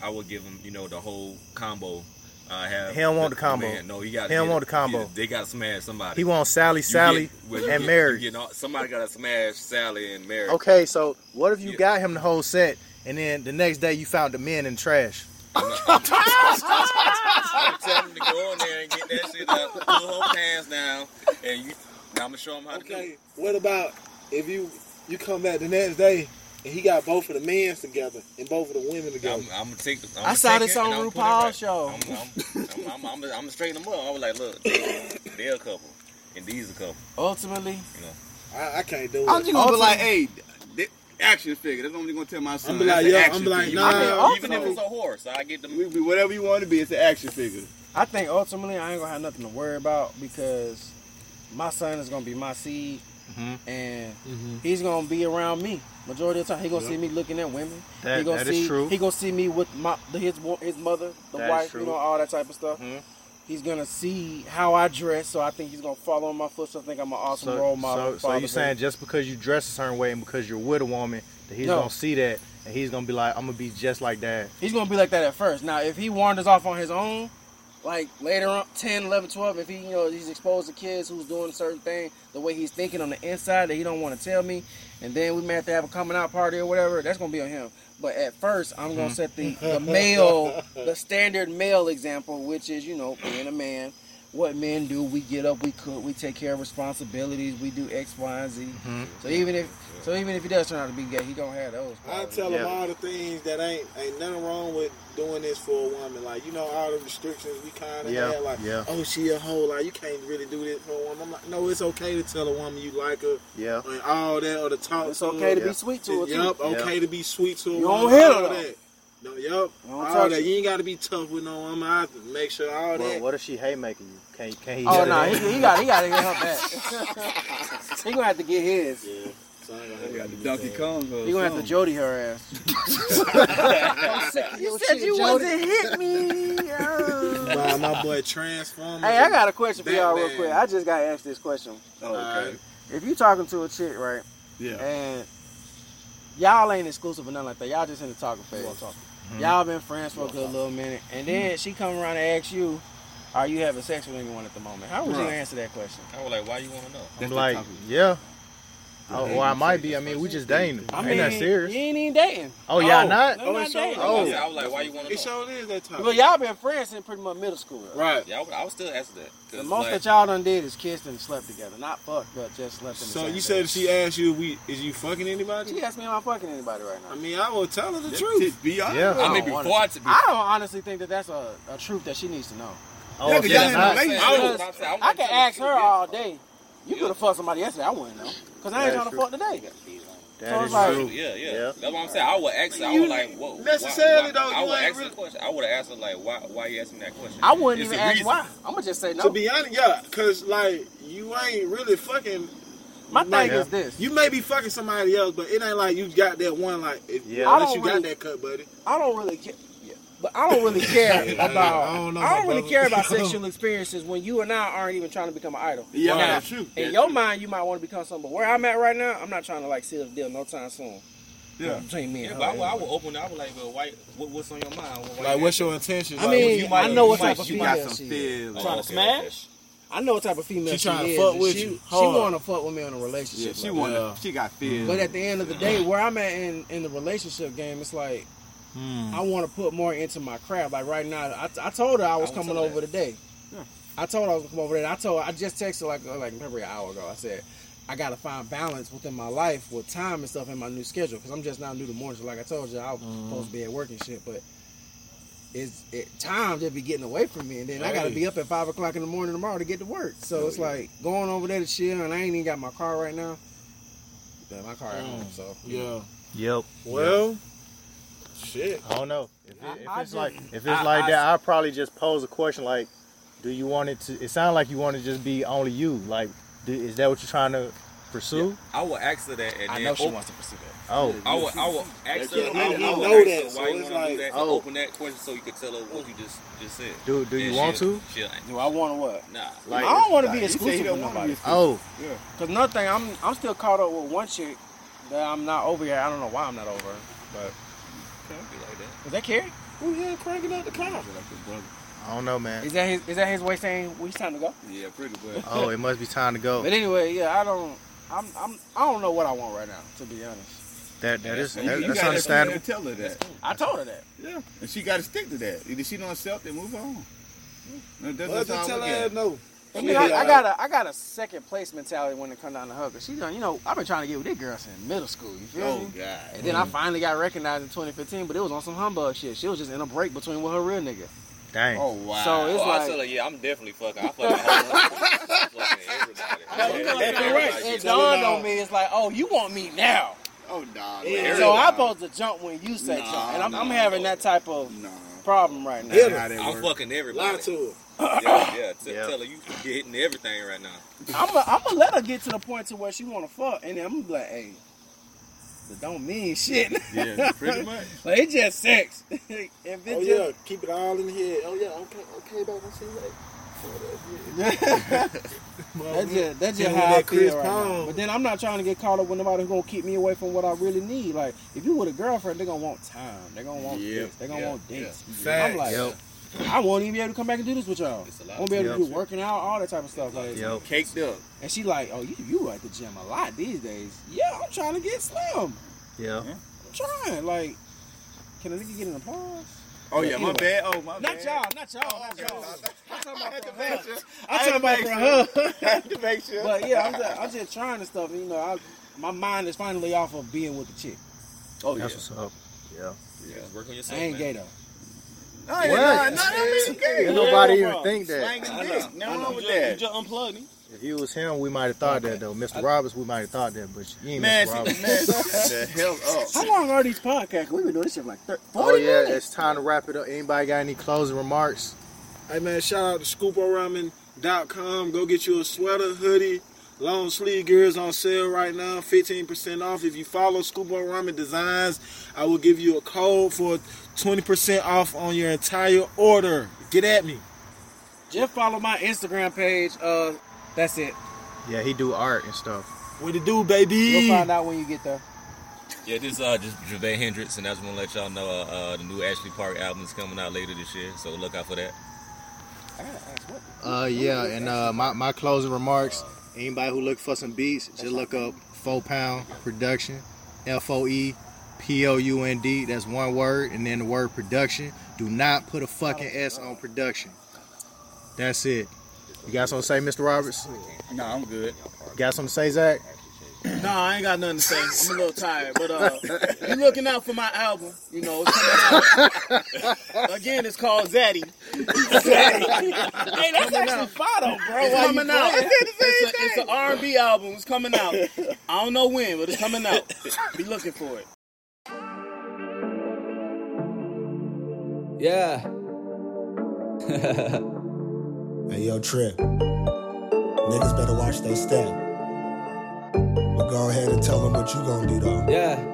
[SPEAKER 7] I would give him, you know, the whole combo. I have
[SPEAKER 2] He don't want the combo.
[SPEAKER 7] man, no, he got.
[SPEAKER 2] He don't want the combo.
[SPEAKER 7] They got to smash somebody.
[SPEAKER 2] <laughs> He wants Sally,
[SPEAKER 7] You
[SPEAKER 2] Sally,
[SPEAKER 7] get- well, you
[SPEAKER 2] and
[SPEAKER 7] get-
[SPEAKER 2] Mary.
[SPEAKER 7] You know, somebody got to smash Sally and Mary.
[SPEAKER 2] Okay, so what if you
[SPEAKER 7] Yeah.
[SPEAKER 2] got him the whole set, and then the next day you found the men in trash?
[SPEAKER 7] I'm telling him to go in there and get that shit out, pull her pants down, and you. I'm gonna show him how to do
[SPEAKER 3] Okay,
[SPEAKER 7] it.
[SPEAKER 3] what about if you you come back the next day and he got both of the men's together and both of the women
[SPEAKER 7] I'm,
[SPEAKER 3] together?
[SPEAKER 7] I'm gonna take. The, I'm
[SPEAKER 5] I
[SPEAKER 7] gonna
[SPEAKER 5] saw
[SPEAKER 7] take
[SPEAKER 5] this
[SPEAKER 7] it
[SPEAKER 5] on
[SPEAKER 7] and I'm gonna put it
[SPEAKER 5] RuPaul's
[SPEAKER 7] right.
[SPEAKER 5] show.
[SPEAKER 7] I'm, I'm, I'm, I'm, I'm, I'm straighten them up. I was like, look, they're a couple, and these a couple.
[SPEAKER 5] Ultimately,
[SPEAKER 3] I, I can't do it.
[SPEAKER 1] I'm just gonna be like, hey, that action figure. That's what I'm gonna tell my son.
[SPEAKER 3] be
[SPEAKER 1] That's
[SPEAKER 3] like,
[SPEAKER 1] an
[SPEAKER 3] yo, I'm
[SPEAKER 1] action
[SPEAKER 3] be like,
[SPEAKER 1] figure.
[SPEAKER 3] nah.
[SPEAKER 1] You
[SPEAKER 5] I
[SPEAKER 1] can-
[SPEAKER 5] mean,
[SPEAKER 7] Even if it's a horse, I get them.
[SPEAKER 1] We be whatever you want to be. It's an action figure.
[SPEAKER 5] I think ultimately I ain't gonna have nothing to worry about because my son is gonna be my seed,
[SPEAKER 2] Mm-hmm.
[SPEAKER 5] and he's gonna be around me majority of the time. He gonna see me looking at women.
[SPEAKER 2] That-
[SPEAKER 5] he gonna
[SPEAKER 2] that is
[SPEAKER 5] see,
[SPEAKER 2] true.
[SPEAKER 5] He gonna see me with my the, his wo- his mother, the
[SPEAKER 2] That is
[SPEAKER 5] wife,
[SPEAKER 2] true. Mm-hmm.
[SPEAKER 5] you know, all that type of stuff. He's gonna see how I dress, so I think he's gonna follow in my footsteps. I think I'm an awesome role model.
[SPEAKER 2] so, so
[SPEAKER 5] father
[SPEAKER 2] you
[SPEAKER 5] figure.
[SPEAKER 2] saying just because you dress a certain way and because you're with a woman, that he's
[SPEAKER 5] No.
[SPEAKER 2] gonna see that and he's gonna be like, I'm gonna be just like that.
[SPEAKER 5] He's going to be like that at first. Now, if he wanders off on his own, like later on, 10, 11, 12, if he, you know, he's exposed to kids who's doing a certain thing, the way he's thinking on the inside that he don't want to tell me, and then we may have to have a coming out party or whatever, that's going to be on him. But at first, I'm going to set the, the
[SPEAKER 3] Mm-hmm. <laughs>
[SPEAKER 5] male, the standard male example, which is, you know, being a man. What men do, we get up, we cook, we take care of responsibilities, we do X, Y, and Z.
[SPEAKER 3] Mm-hmm.
[SPEAKER 5] So even if, so even if he does turn out to be gay, he don't have those.
[SPEAKER 3] I
[SPEAKER 5] problems.
[SPEAKER 3] tell
[SPEAKER 2] Oh, Yeah.
[SPEAKER 3] him all the things that ain't ain't nothing wrong with doing this for a woman. Like you know all the restrictions we kind of
[SPEAKER 2] Yeah,
[SPEAKER 3] had. Like
[SPEAKER 2] yeah.
[SPEAKER 3] oh she a hoe. Like you can't really do this for a woman. I'm like no, it's okay to tell a woman you like her
[SPEAKER 2] Yeah.
[SPEAKER 3] and all that or to talk.
[SPEAKER 5] It's
[SPEAKER 3] to
[SPEAKER 5] okay
[SPEAKER 3] her.
[SPEAKER 5] to
[SPEAKER 2] Yeah.
[SPEAKER 5] be sweet to her. too.
[SPEAKER 3] Yup, okay to be sweet to a
[SPEAKER 5] You don't
[SPEAKER 3] woman.
[SPEAKER 5] hit her,
[SPEAKER 3] all
[SPEAKER 5] though.
[SPEAKER 3] that. No, yup.
[SPEAKER 5] don't
[SPEAKER 3] All
[SPEAKER 5] touch her.
[SPEAKER 3] that. You ain't got to be tough with no woman. I have to make sure
[SPEAKER 2] Well,
[SPEAKER 3] all that.
[SPEAKER 2] what if she haymaking you? Can can he?
[SPEAKER 5] Oh
[SPEAKER 2] hit
[SPEAKER 5] no,
[SPEAKER 2] it?
[SPEAKER 5] he, he got he got to get her back. <laughs> he gonna have to get his.
[SPEAKER 3] Yeah. So I ain't gonna
[SPEAKER 1] They
[SPEAKER 3] have
[SPEAKER 1] got
[SPEAKER 3] to
[SPEAKER 1] the
[SPEAKER 3] do
[SPEAKER 1] Donkey
[SPEAKER 3] that.
[SPEAKER 1] Kong.
[SPEAKER 5] He gonna have to Jody her ass. <laughs> I'm sick of your shit, Jody.
[SPEAKER 8] hit me. Oh.
[SPEAKER 3] By my boy Transformers.
[SPEAKER 5] Hey, I got a question for y'all real
[SPEAKER 3] Batman.
[SPEAKER 5] quick. I just gotta ask this question.
[SPEAKER 2] Oh,
[SPEAKER 3] okay.
[SPEAKER 5] If you talking to a chick, right,
[SPEAKER 1] Yeah.
[SPEAKER 5] and y'all ain't exclusive or nothing like that, y'all just in the talking Mm-hmm. phase. Y'all been friends for a good little minute, and then she come around and ask you, "Are you having sex with anyone at the moment?" How would you
[SPEAKER 1] Right.
[SPEAKER 5] answer that question?
[SPEAKER 7] I was like, why you want to know?
[SPEAKER 2] I'm
[SPEAKER 1] That's the
[SPEAKER 2] like,
[SPEAKER 1] topic.
[SPEAKER 2] yeah. Oh, or I might be. I mean, we just dating.
[SPEAKER 5] I
[SPEAKER 2] ain't
[SPEAKER 5] mean,
[SPEAKER 2] that serious?
[SPEAKER 5] you ain't even dating.
[SPEAKER 2] Oh, y'all
[SPEAKER 3] Oh.
[SPEAKER 2] not?
[SPEAKER 5] No, not
[SPEAKER 3] it's so-
[SPEAKER 5] dating.
[SPEAKER 2] Oh.
[SPEAKER 7] Yeah, I was like, why you want to
[SPEAKER 3] It
[SPEAKER 7] know?
[SPEAKER 3] sure is that time.
[SPEAKER 5] Well, y'all been friends since pretty much middle school. Right?
[SPEAKER 3] Right.
[SPEAKER 7] Yeah, I, was, I was still asking that. 'cause
[SPEAKER 5] The most
[SPEAKER 7] like,
[SPEAKER 5] that y'all done did is kissed and slept together. Not fucked, but just slept in the
[SPEAKER 3] So
[SPEAKER 5] same
[SPEAKER 3] you
[SPEAKER 5] bed.
[SPEAKER 3] said she asked you, "We is you fucking anybody?"
[SPEAKER 5] She asked me, am I fucking anybody right now?
[SPEAKER 3] I mean, I will tell her the truth.
[SPEAKER 1] Be honest.
[SPEAKER 2] Yeah.
[SPEAKER 7] I mean,
[SPEAKER 5] I don't
[SPEAKER 7] before I, to be,
[SPEAKER 5] I don't honestly think that that's a, a truth that she needs to know.
[SPEAKER 2] Oh,
[SPEAKER 1] Yeah,
[SPEAKER 2] if
[SPEAKER 1] 'cause
[SPEAKER 2] y'all
[SPEAKER 1] y'all in a
[SPEAKER 2] not-
[SPEAKER 1] relationship.
[SPEAKER 7] I,
[SPEAKER 5] Because
[SPEAKER 7] was, I'm saying, I,
[SPEAKER 5] I can ask her all day. You could have fucked somebody yesterday. I wouldn't know. Because I ain't
[SPEAKER 2] That's
[SPEAKER 5] trying to fuck today.
[SPEAKER 2] That
[SPEAKER 5] So
[SPEAKER 2] is
[SPEAKER 5] it's like-
[SPEAKER 2] true.
[SPEAKER 7] Yeah, yeah,
[SPEAKER 2] Yeah.
[SPEAKER 7] That's what I'm saying. I would ask. her, I
[SPEAKER 3] You-
[SPEAKER 7] was like, whoa. why-
[SPEAKER 3] necessarily,
[SPEAKER 7] why-
[SPEAKER 3] though,
[SPEAKER 7] I
[SPEAKER 3] you
[SPEAKER 7] would
[SPEAKER 3] ain't
[SPEAKER 7] ask her
[SPEAKER 3] really-
[SPEAKER 7] the question. I would have asked her like, why? Why you asking that question?
[SPEAKER 5] I wouldn't
[SPEAKER 7] It's
[SPEAKER 5] even
[SPEAKER 7] a
[SPEAKER 5] ask
[SPEAKER 7] reason.
[SPEAKER 5] why. I'm going to just say no.
[SPEAKER 3] To be honest, yeah, cause like you ain't really fucking.
[SPEAKER 5] My thing
[SPEAKER 3] like,
[SPEAKER 5] is this.
[SPEAKER 3] You may be fucking somebody else, but it ain't like you got that one. Like, if,
[SPEAKER 2] Yeah.
[SPEAKER 5] I
[SPEAKER 3] unless
[SPEAKER 5] don't
[SPEAKER 3] you got
[SPEAKER 5] really-
[SPEAKER 3] that cut, buddy.
[SPEAKER 5] I don't really care. But I don't really care about I
[SPEAKER 3] I don't
[SPEAKER 5] don't,
[SPEAKER 3] know, my
[SPEAKER 5] really
[SPEAKER 3] brother.
[SPEAKER 5] care about sexual experiences when you and I aren't even trying to become an idol.
[SPEAKER 1] Yeah,
[SPEAKER 5] Now,
[SPEAKER 1] that's true.
[SPEAKER 5] In
[SPEAKER 1] That's
[SPEAKER 5] your
[SPEAKER 1] true.
[SPEAKER 5] mind, you might want to become something, but where I'm at right now, I'm not trying to like seal the deal no time soon.
[SPEAKER 1] Yeah.
[SPEAKER 5] between me and
[SPEAKER 7] Yeah,
[SPEAKER 5] her.
[SPEAKER 7] but I would, I
[SPEAKER 5] anyway.
[SPEAKER 7] would open. I would like, well, why? What, what's on your mind? Why you
[SPEAKER 3] Like, what's your intentions?
[SPEAKER 5] I
[SPEAKER 3] Like,
[SPEAKER 5] mean,
[SPEAKER 3] you
[SPEAKER 5] I know what
[SPEAKER 1] you
[SPEAKER 5] type of
[SPEAKER 1] you got
[SPEAKER 5] female
[SPEAKER 1] some
[SPEAKER 5] she is.
[SPEAKER 1] feels.
[SPEAKER 7] Oh,
[SPEAKER 4] Trying to
[SPEAKER 7] okay,
[SPEAKER 4] smash?
[SPEAKER 5] I know what type of female
[SPEAKER 3] She
[SPEAKER 5] she,
[SPEAKER 3] tryna
[SPEAKER 5] is.
[SPEAKER 3] fuck
[SPEAKER 5] and
[SPEAKER 3] with
[SPEAKER 5] she,
[SPEAKER 3] you
[SPEAKER 5] She
[SPEAKER 3] hard.
[SPEAKER 5] want to fuck with me on a
[SPEAKER 1] Yeah,
[SPEAKER 5] relationship.
[SPEAKER 1] she
[SPEAKER 5] level.
[SPEAKER 1] wanted.
[SPEAKER 3] Yeah.
[SPEAKER 1] She got feels.
[SPEAKER 5] But at the end of the day, where I'm at in, in the relationship game, it's like I want to put more into my craft. Like right now, I, I told her I was
[SPEAKER 7] I was
[SPEAKER 5] coming
[SPEAKER 7] telling
[SPEAKER 5] over
[SPEAKER 7] that.
[SPEAKER 5] today.
[SPEAKER 1] Yeah.
[SPEAKER 5] I told her I was gonna come over there. I told her I just texted her like uh, like probably an hour ago. I said I gotta find balance within my life with time and stuff in my new schedule because I'm just now new to morning. So like I told you, I was supposed to be at work and shit, but. It's it, time just be getting away from me, and then I gotta
[SPEAKER 3] Hey.
[SPEAKER 5] be up at five o'clock in the morning tomorrow to get to work. So it's like going over there to chill, and I ain't even got my car right now.
[SPEAKER 2] left my car at home, so
[SPEAKER 3] Yeah.
[SPEAKER 9] Yep.
[SPEAKER 3] Well, shit.
[SPEAKER 2] I don't know. If, it,
[SPEAKER 5] I-
[SPEAKER 2] if
[SPEAKER 5] I
[SPEAKER 2] it's
[SPEAKER 5] just-
[SPEAKER 2] like if it's
[SPEAKER 5] I-
[SPEAKER 2] like
[SPEAKER 5] I-
[SPEAKER 2] that, I'll probably just pose a question like, "Do you want it to?" It sounds like you want it to just be only you. Like, do, is that what you're trying to pursue?
[SPEAKER 7] I will ask her that, and
[SPEAKER 9] I
[SPEAKER 7] then
[SPEAKER 9] know she
[SPEAKER 7] open-
[SPEAKER 9] wants to pursue that.
[SPEAKER 2] Oh,
[SPEAKER 7] I will, I will ask her.
[SPEAKER 3] Yeah,
[SPEAKER 7] I will,
[SPEAKER 3] we
[SPEAKER 7] I will
[SPEAKER 3] know
[SPEAKER 7] ask
[SPEAKER 3] that,
[SPEAKER 7] her
[SPEAKER 3] so
[SPEAKER 7] why you
[SPEAKER 3] it's
[SPEAKER 7] want to do
[SPEAKER 3] like-
[SPEAKER 7] that. and
[SPEAKER 2] oh.
[SPEAKER 7] Open that question so you can tell her what you just just said.
[SPEAKER 2] do do you
[SPEAKER 7] And
[SPEAKER 2] want
[SPEAKER 7] she'll-
[SPEAKER 2] to?
[SPEAKER 7] She'll,
[SPEAKER 5] Do I want to what?
[SPEAKER 7] nah.
[SPEAKER 2] Like,
[SPEAKER 5] I don't want to be
[SPEAKER 1] He said he
[SPEAKER 5] exclusive
[SPEAKER 1] don't
[SPEAKER 5] with
[SPEAKER 1] wanna be
[SPEAKER 5] nobody.
[SPEAKER 2] oh,
[SPEAKER 5] Cause nothing, I'm I'm still caught up with one chick that I'm not over yet. I don't know why I'm not over. her, But
[SPEAKER 7] Can't be like that.
[SPEAKER 5] is that Kerry?
[SPEAKER 3] Who here cranking up the car?
[SPEAKER 2] I don't know, man.
[SPEAKER 5] Is that his is that his way saying we time to go?
[SPEAKER 7] Yeah, pretty good.
[SPEAKER 2] Oh, it must be time to go.
[SPEAKER 5] But anyway, yeah, I don't I'm I'm I don't know what I want right now. To be honest,
[SPEAKER 2] That that is
[SPEAKER 1] And you-
[SPEAKER 2] that,
[SPEAKER 1] you
[SPEAKER 2] that's
[SPEAKER 1] gotta-
[SPEAKER 2] understandable.
[SPEAKER 1] You gotta tell her that.
[SPEAKER 5] I told her that.
[SPEAKER 1] Yeah, and she got to stick to that. Either she don't accept it, move on. That- That's,
[SPEAKER 3] Well,
[SPEAKER 1] that's
[SPEAKER 3] just
[SPEAKER 1] how I
[SPEAKER 3] tell
[SPEAKER 1] look
[SPEAKER 3] her
[SPEAKER 1] at it.
[SPEAKER 3] no.
[SPEAKER 5] I mean, I, I got a I got a second place mentality when it comes down to her. Cause she done, you know, I've been trying to get with this girl since middle school. You feel me?
[SPEAKER 1] Oh God.
[SPEAKER 5] And then I finally got recognized in 2015, but it was on some humbug shit. She was just in a break between with her real nigga.
[SPEAKER 2] Dang.
[SPEAKER 1] Oh wow.
[SPEAKER 5] So it's
[SPEAKER 7] Oh, I
[SPEAKER 5] like,
[SPEAKER 7] tell her, yeah, I'm definitely fucking. I fucking I'm fucking everybody. Everybody.
[SPEAKER 5] it dawned on me. It's like, oh, you want me now?
[SPEAKER 1] oh nah.
[SPEAKER 5] Yeah,
[SPEAKER 1] man.
[SPEAKER 5] so I'm supposed to jump when you say
[SPEAKER 1] Nah,
[SPEAKER 5] jump, and I'm, I'm
[SPEAKER 1] nah,
[SPEAKER 5] having that type of
[SPEAKER 1] Nah.
[SPEAKER 5] problem right now.
[SPEAKER 3] Yeah.
[SPEAKER 1] Nah, that
[SPEAKER 7] I'm
[SPEAKER 1] work.
[SPEAKER 7] fucking
[SPEAKER 3] Lie
[SPEAKER 7] everybody.
[SPEAKER 3] to her.
[SPEAKER 7] Yeah, yeah. T-
[SPEAKER 2] Yeah.
[SPEAKER 7] Tell her you getting everything right now.
[SPEAKER 5] I'm gonna I'm gonna let her get to the point to where she want to fuck, and then I'm gonna be like, hey, it don't mean shit. <laughs>
[SPEAKER 1] Yeah,
[SPEAKER 3] <laughs>
[SPEAKER 1] pretty much.
[SPEAKER 5] like it's just sex. <laughs> if it
[SPEAKER 3] Oh
[SPEAKER 5] just,
[SPEAKER 3] yeah, keep it all in here. Oh yeah, okay, okay, baby. See you later.
[SPEAKER 5] That's just that's just
[SPEAKER 3] Him
[SPEAKER 5] how
[SPEAKER 3] with
[SPEAKER 5] I
[SPEAKER 3] that Chris
[SPEAKER 5] feel right now.
[SPEAKER 3] Paul.
[SPEAKER 5] But then I'm not trying to get caught up with nobody who's gonna keep me away from what I really need. Like if you with a girlfriend, they're gonna want time. They're gonna want
[SPEAKER 1] Yeah,
[SPEAKER 5] this. They're gonna
[SPEAKER 1] yeah,
[SPEAKER 5] want dates.
[SPEAKER 3] yeah.
[SPEAKER 5] I'm like,
[SPEAKER 2] Yep.
[SPEAKER 5] I won't even be able to come back and do this with y'all.
[SPEAKER 7] It's a
[SPEAKER 5] I
[SPEAKER 7] lot.
[SPEAKER 5] won't be able to
[SPEAKER 2] Yep.
[SPEAKER 5] do working out, all that type of stuff. Like,
[SPEAKER 2] Yo,
[SPEAKER 1] Caked up.
[SPEAKER 5] and she like, oh, you you at the gym a lot these days. Yeah, I'm trying to get slim.
[SPEAKER 2] yeah.
[SPEAKER 5] I'm trying. Like, can a nigga get an applause?
[SPEAKER 1] Oh
[SPEAKER 5] Yeah,
[SPEAKER 1] yeah, my
[SPEAKER 5] anyway.
[SPEAKER 1] bad. Oh my
[SPEAKER 5] Not
[SPEAKER 1] bad.
[SPEAKER 5] y'all, not y'all, not
[SPEAKER 1] okay.
[SPEAKER 5] y'all. I'm talking about for her.
[SPEAKER 1] I
[SPEAKER 5] I'm
[SPEAKER 1] had to
[SPEAKER 5] talking about
[SPEAKER 1] make
[SPEAKER 5] for
[SPEAKER 1] sure.
[SPEAKER 5] her.
[SPEAKER 1] I had to make sure.
[SPEAKER 5] But yeah, I'm just, I'm just trying this stuff. You know, I, my mind is finally off of being with the chick.
[SPEAKER 1] oh
[SPEAKER 2] That's what's up. Yeah.
[SPEAKER 7] Yeah, just work on yourself.
[SPEAKER 5] I ain't
[SPEAKER 7] man.
[SPEAKER 5] gay though.
[SPEAKER 1] No, yeah,
[SPEAKER 2] What?
[SPEAKER 1] nah, nah, that ain't okay.
[SPEAKER 2] Ain't nobody even
[SPEAKER 4] bro.
[SPEAKER 2] think that.
[SPEAKER 1] Slanging dick. Nothing wrong with
[SPEAKER 4] You just, you
[SPEAKER 1] that.
[SPEAKER 4] just unplugged me.
[SPEAKER 2] If it was him, we might have thought that though. Mr. Roberts, we might have thought that, but you ain't
[SPEAKER 1] Man,
[SPEAKER 2] Mr.
[SPEAKER 1] see, man,
[SPEAKER 2] Roberts.
[SPEAKER 1] shut the hell up.
[SPEAKER 5] How long are these podcasts? We've been doing this shit for like 30, 40
[SPEAKER 2] Oh yeah,
[SPEAKER 5] minutes.
[SPEAKER 2] it's time to wrap it up. Anybody got any closing remarks?
[SPEAKER 3] Hey man, shout out to scooporamen.com. Go get you a sweater, hoodie, long sleeve gears on sale right now, 15% off. If you follow Scoopo Ramen Designs, I will give you a code for 20% off on your entire order. Get at me.
[SPEAKER 5] Just follow my Instagram page. Uh, that's it.
[SPEAKER 2] Yeah, he do art and stuff.
[SPEAKER 3] What it do, baby?
[SPEAKER 5] You'll find out when you get there.
[SPEAKER 7] Yeah, this uh just Javon Hendrix, and I just want to let y'all know uh, uh the new Ashley Park album is coming out later this year, so look out for that.
[SPEAKER 5] I gotta ask what.
[SPEAKER 2] Uh yeah, and uh my, my closing remarks. Anybody who look for some beats, just look up Four Pound Production, F O E P O U N D. That's one word, and then the word production. Do not put a fucking S on production. That's it. You got something to say, Mr. Roberts?
[SPEAKER 1] No, I'm good.
[SPEAKER 2] Got something to say, Zach?
[SPEAKER 4] No, I ain't got nothing to say. <laughs> I'm a little tired, but uh, you looking out for my album. You know, it's coming <laughs> out. Again, it's called Zaddy. <laughs>
[SPEAKER 5] Hey, that's actually Fado, bro.
[SPEAKER 4] It's coming out. It's, a, it's an R&B album. It's coming out. I don't know when, but it's coming out. Be looking for it.
[SPEAKER 10] Yeah.
[SPEAKER 11] Hey, yo, Trip. Niggas better watch they step. But go ahead and tell them what you gonna do, though.
[SPEAKER 10] Yeah.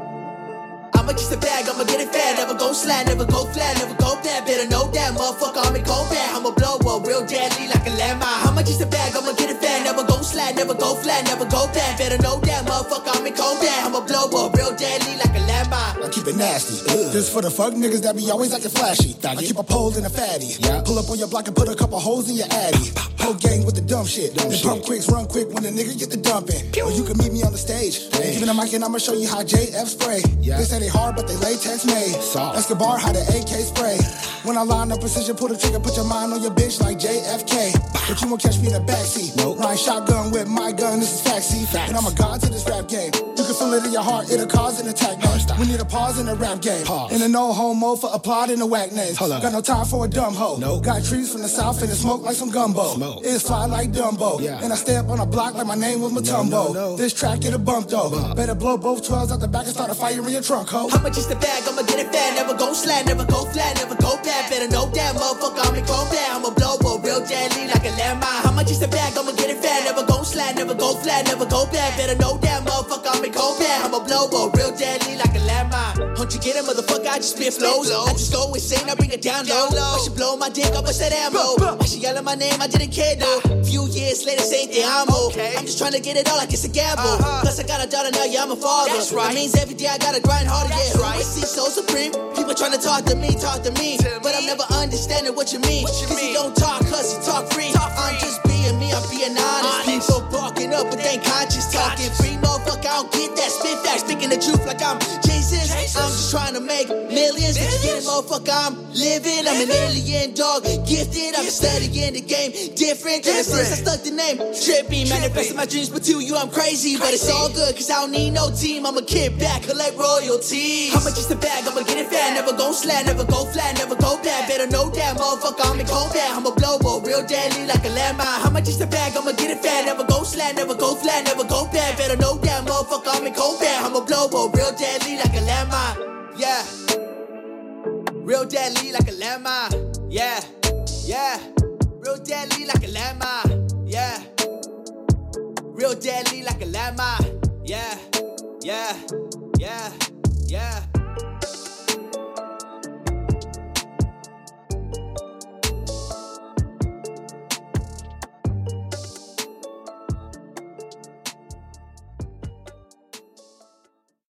[SPEAKER 12] I'ma kiss the bag, I'ma get it fat, never go slide, never go flat, never go flat. Better know that, motherfucker, I'ma go back. I'ma blow up real deadly like a landmine. I'ma kiss the bag, I'ma get it fat, never go slide, never go flat, never go flat. Better know that, motherfucker, I'ma go back. I'ma blow up real deadly like a landmine.
[SPEAKER 11] I keep it nasty. This for the fuck niggas that be always acting flashy. I keep a pole and a fatty. Pull up on your block and put a couple holes in your addy. Whole gang with the dumb shit. the pump quicks run quick when a nigga get the dumping. Or you can meet me on the stage. Even the mic and I'ma show you how JF spray. They say they hard, but they latex made. Escobar how the AK spray. When I line up precision, pull the trigger, put your mind on your bitch like JFK. But you won't catch me in the backseat. Nope. Ride shotgun with my gun, this is faxi. And I'm a god to this rap game. You can feel it in your heart, it'll cause an attack. Man. We need a pause in the rap game. And a no homo for applauding the whack names. Got no time for a dumb hoe. Got trees from the south and it smoke like some gumbo. It's fly like Dumbo. And I step on a block like my name was Matumbo. This track get a bump though. Better blow both 12s out the back and start a fire in your trunk, ho.
[SPEAKER 12] How much is the bag? I'ma get it fat. Never go slide, never go flat, never go bad. Better know that, motherfucker. I'ma go bad. I'ma blow a real deadly like a landmine. How much is the bag? I'ma get it fat. Never go slide, never go flat, never go bad. Better know that, motherfucker. I'ma go bad. I'ma blow a real deadly like a landmine. Hunt you get it, motherfucker. I just spit flows. I just go insane. I bring it down low. Why she blow my dick up? I said ammo. Why she yelling my name? I didn't care though. Few years later, same thing. I'm old. I'm just trying to get it all like it's a gamble.
[SPEAKER 11] Uh-huh.
[SPEAKER 12] Plus I got a daughter now, yeah I'm a father. That's right. That means every day I gotta grind harder. That's yeah, right. I see so supreme. People trying to talk to me, talk to me, but I'm never understanding what you mean. What you Cause you don't talk, cause you talk free. I'm just being me, I'm being honest. People barking up, but they ain't conscious. Talking free, motherfucker, I don't get that spit fact. Speaking the truth like I'm Jesus. I'm just trying to make millions. But you get it, motherfucker, I'm living. I'm an alien dog, gifted. I've been studying the game different. Ever since I stuck the name, trippy. Manifesting my dreams, but to you, I'm crazy. But it's all good, cause I don't need no team. I'ma kick back, collect royalties. How much is the bag? I'ma get it fat. Never gon' slide, never go flat, never go bad. Better know that, motherfucker, I'ma go bad. I'ma blow up real deadly like a landmine. How much is the bag? I'ma get it fat. Never go slide, never go flat, never go bad. Better know that, motherfucker, I'ma go bad. I'ma blow up real deadly like a landmine. Yeah. Real deadly like a landmine. Yeah. Yeah. Real deadly like a landmine. Yeah. Real deadly like a landmine. Yeah, yeah, yeah, yeah.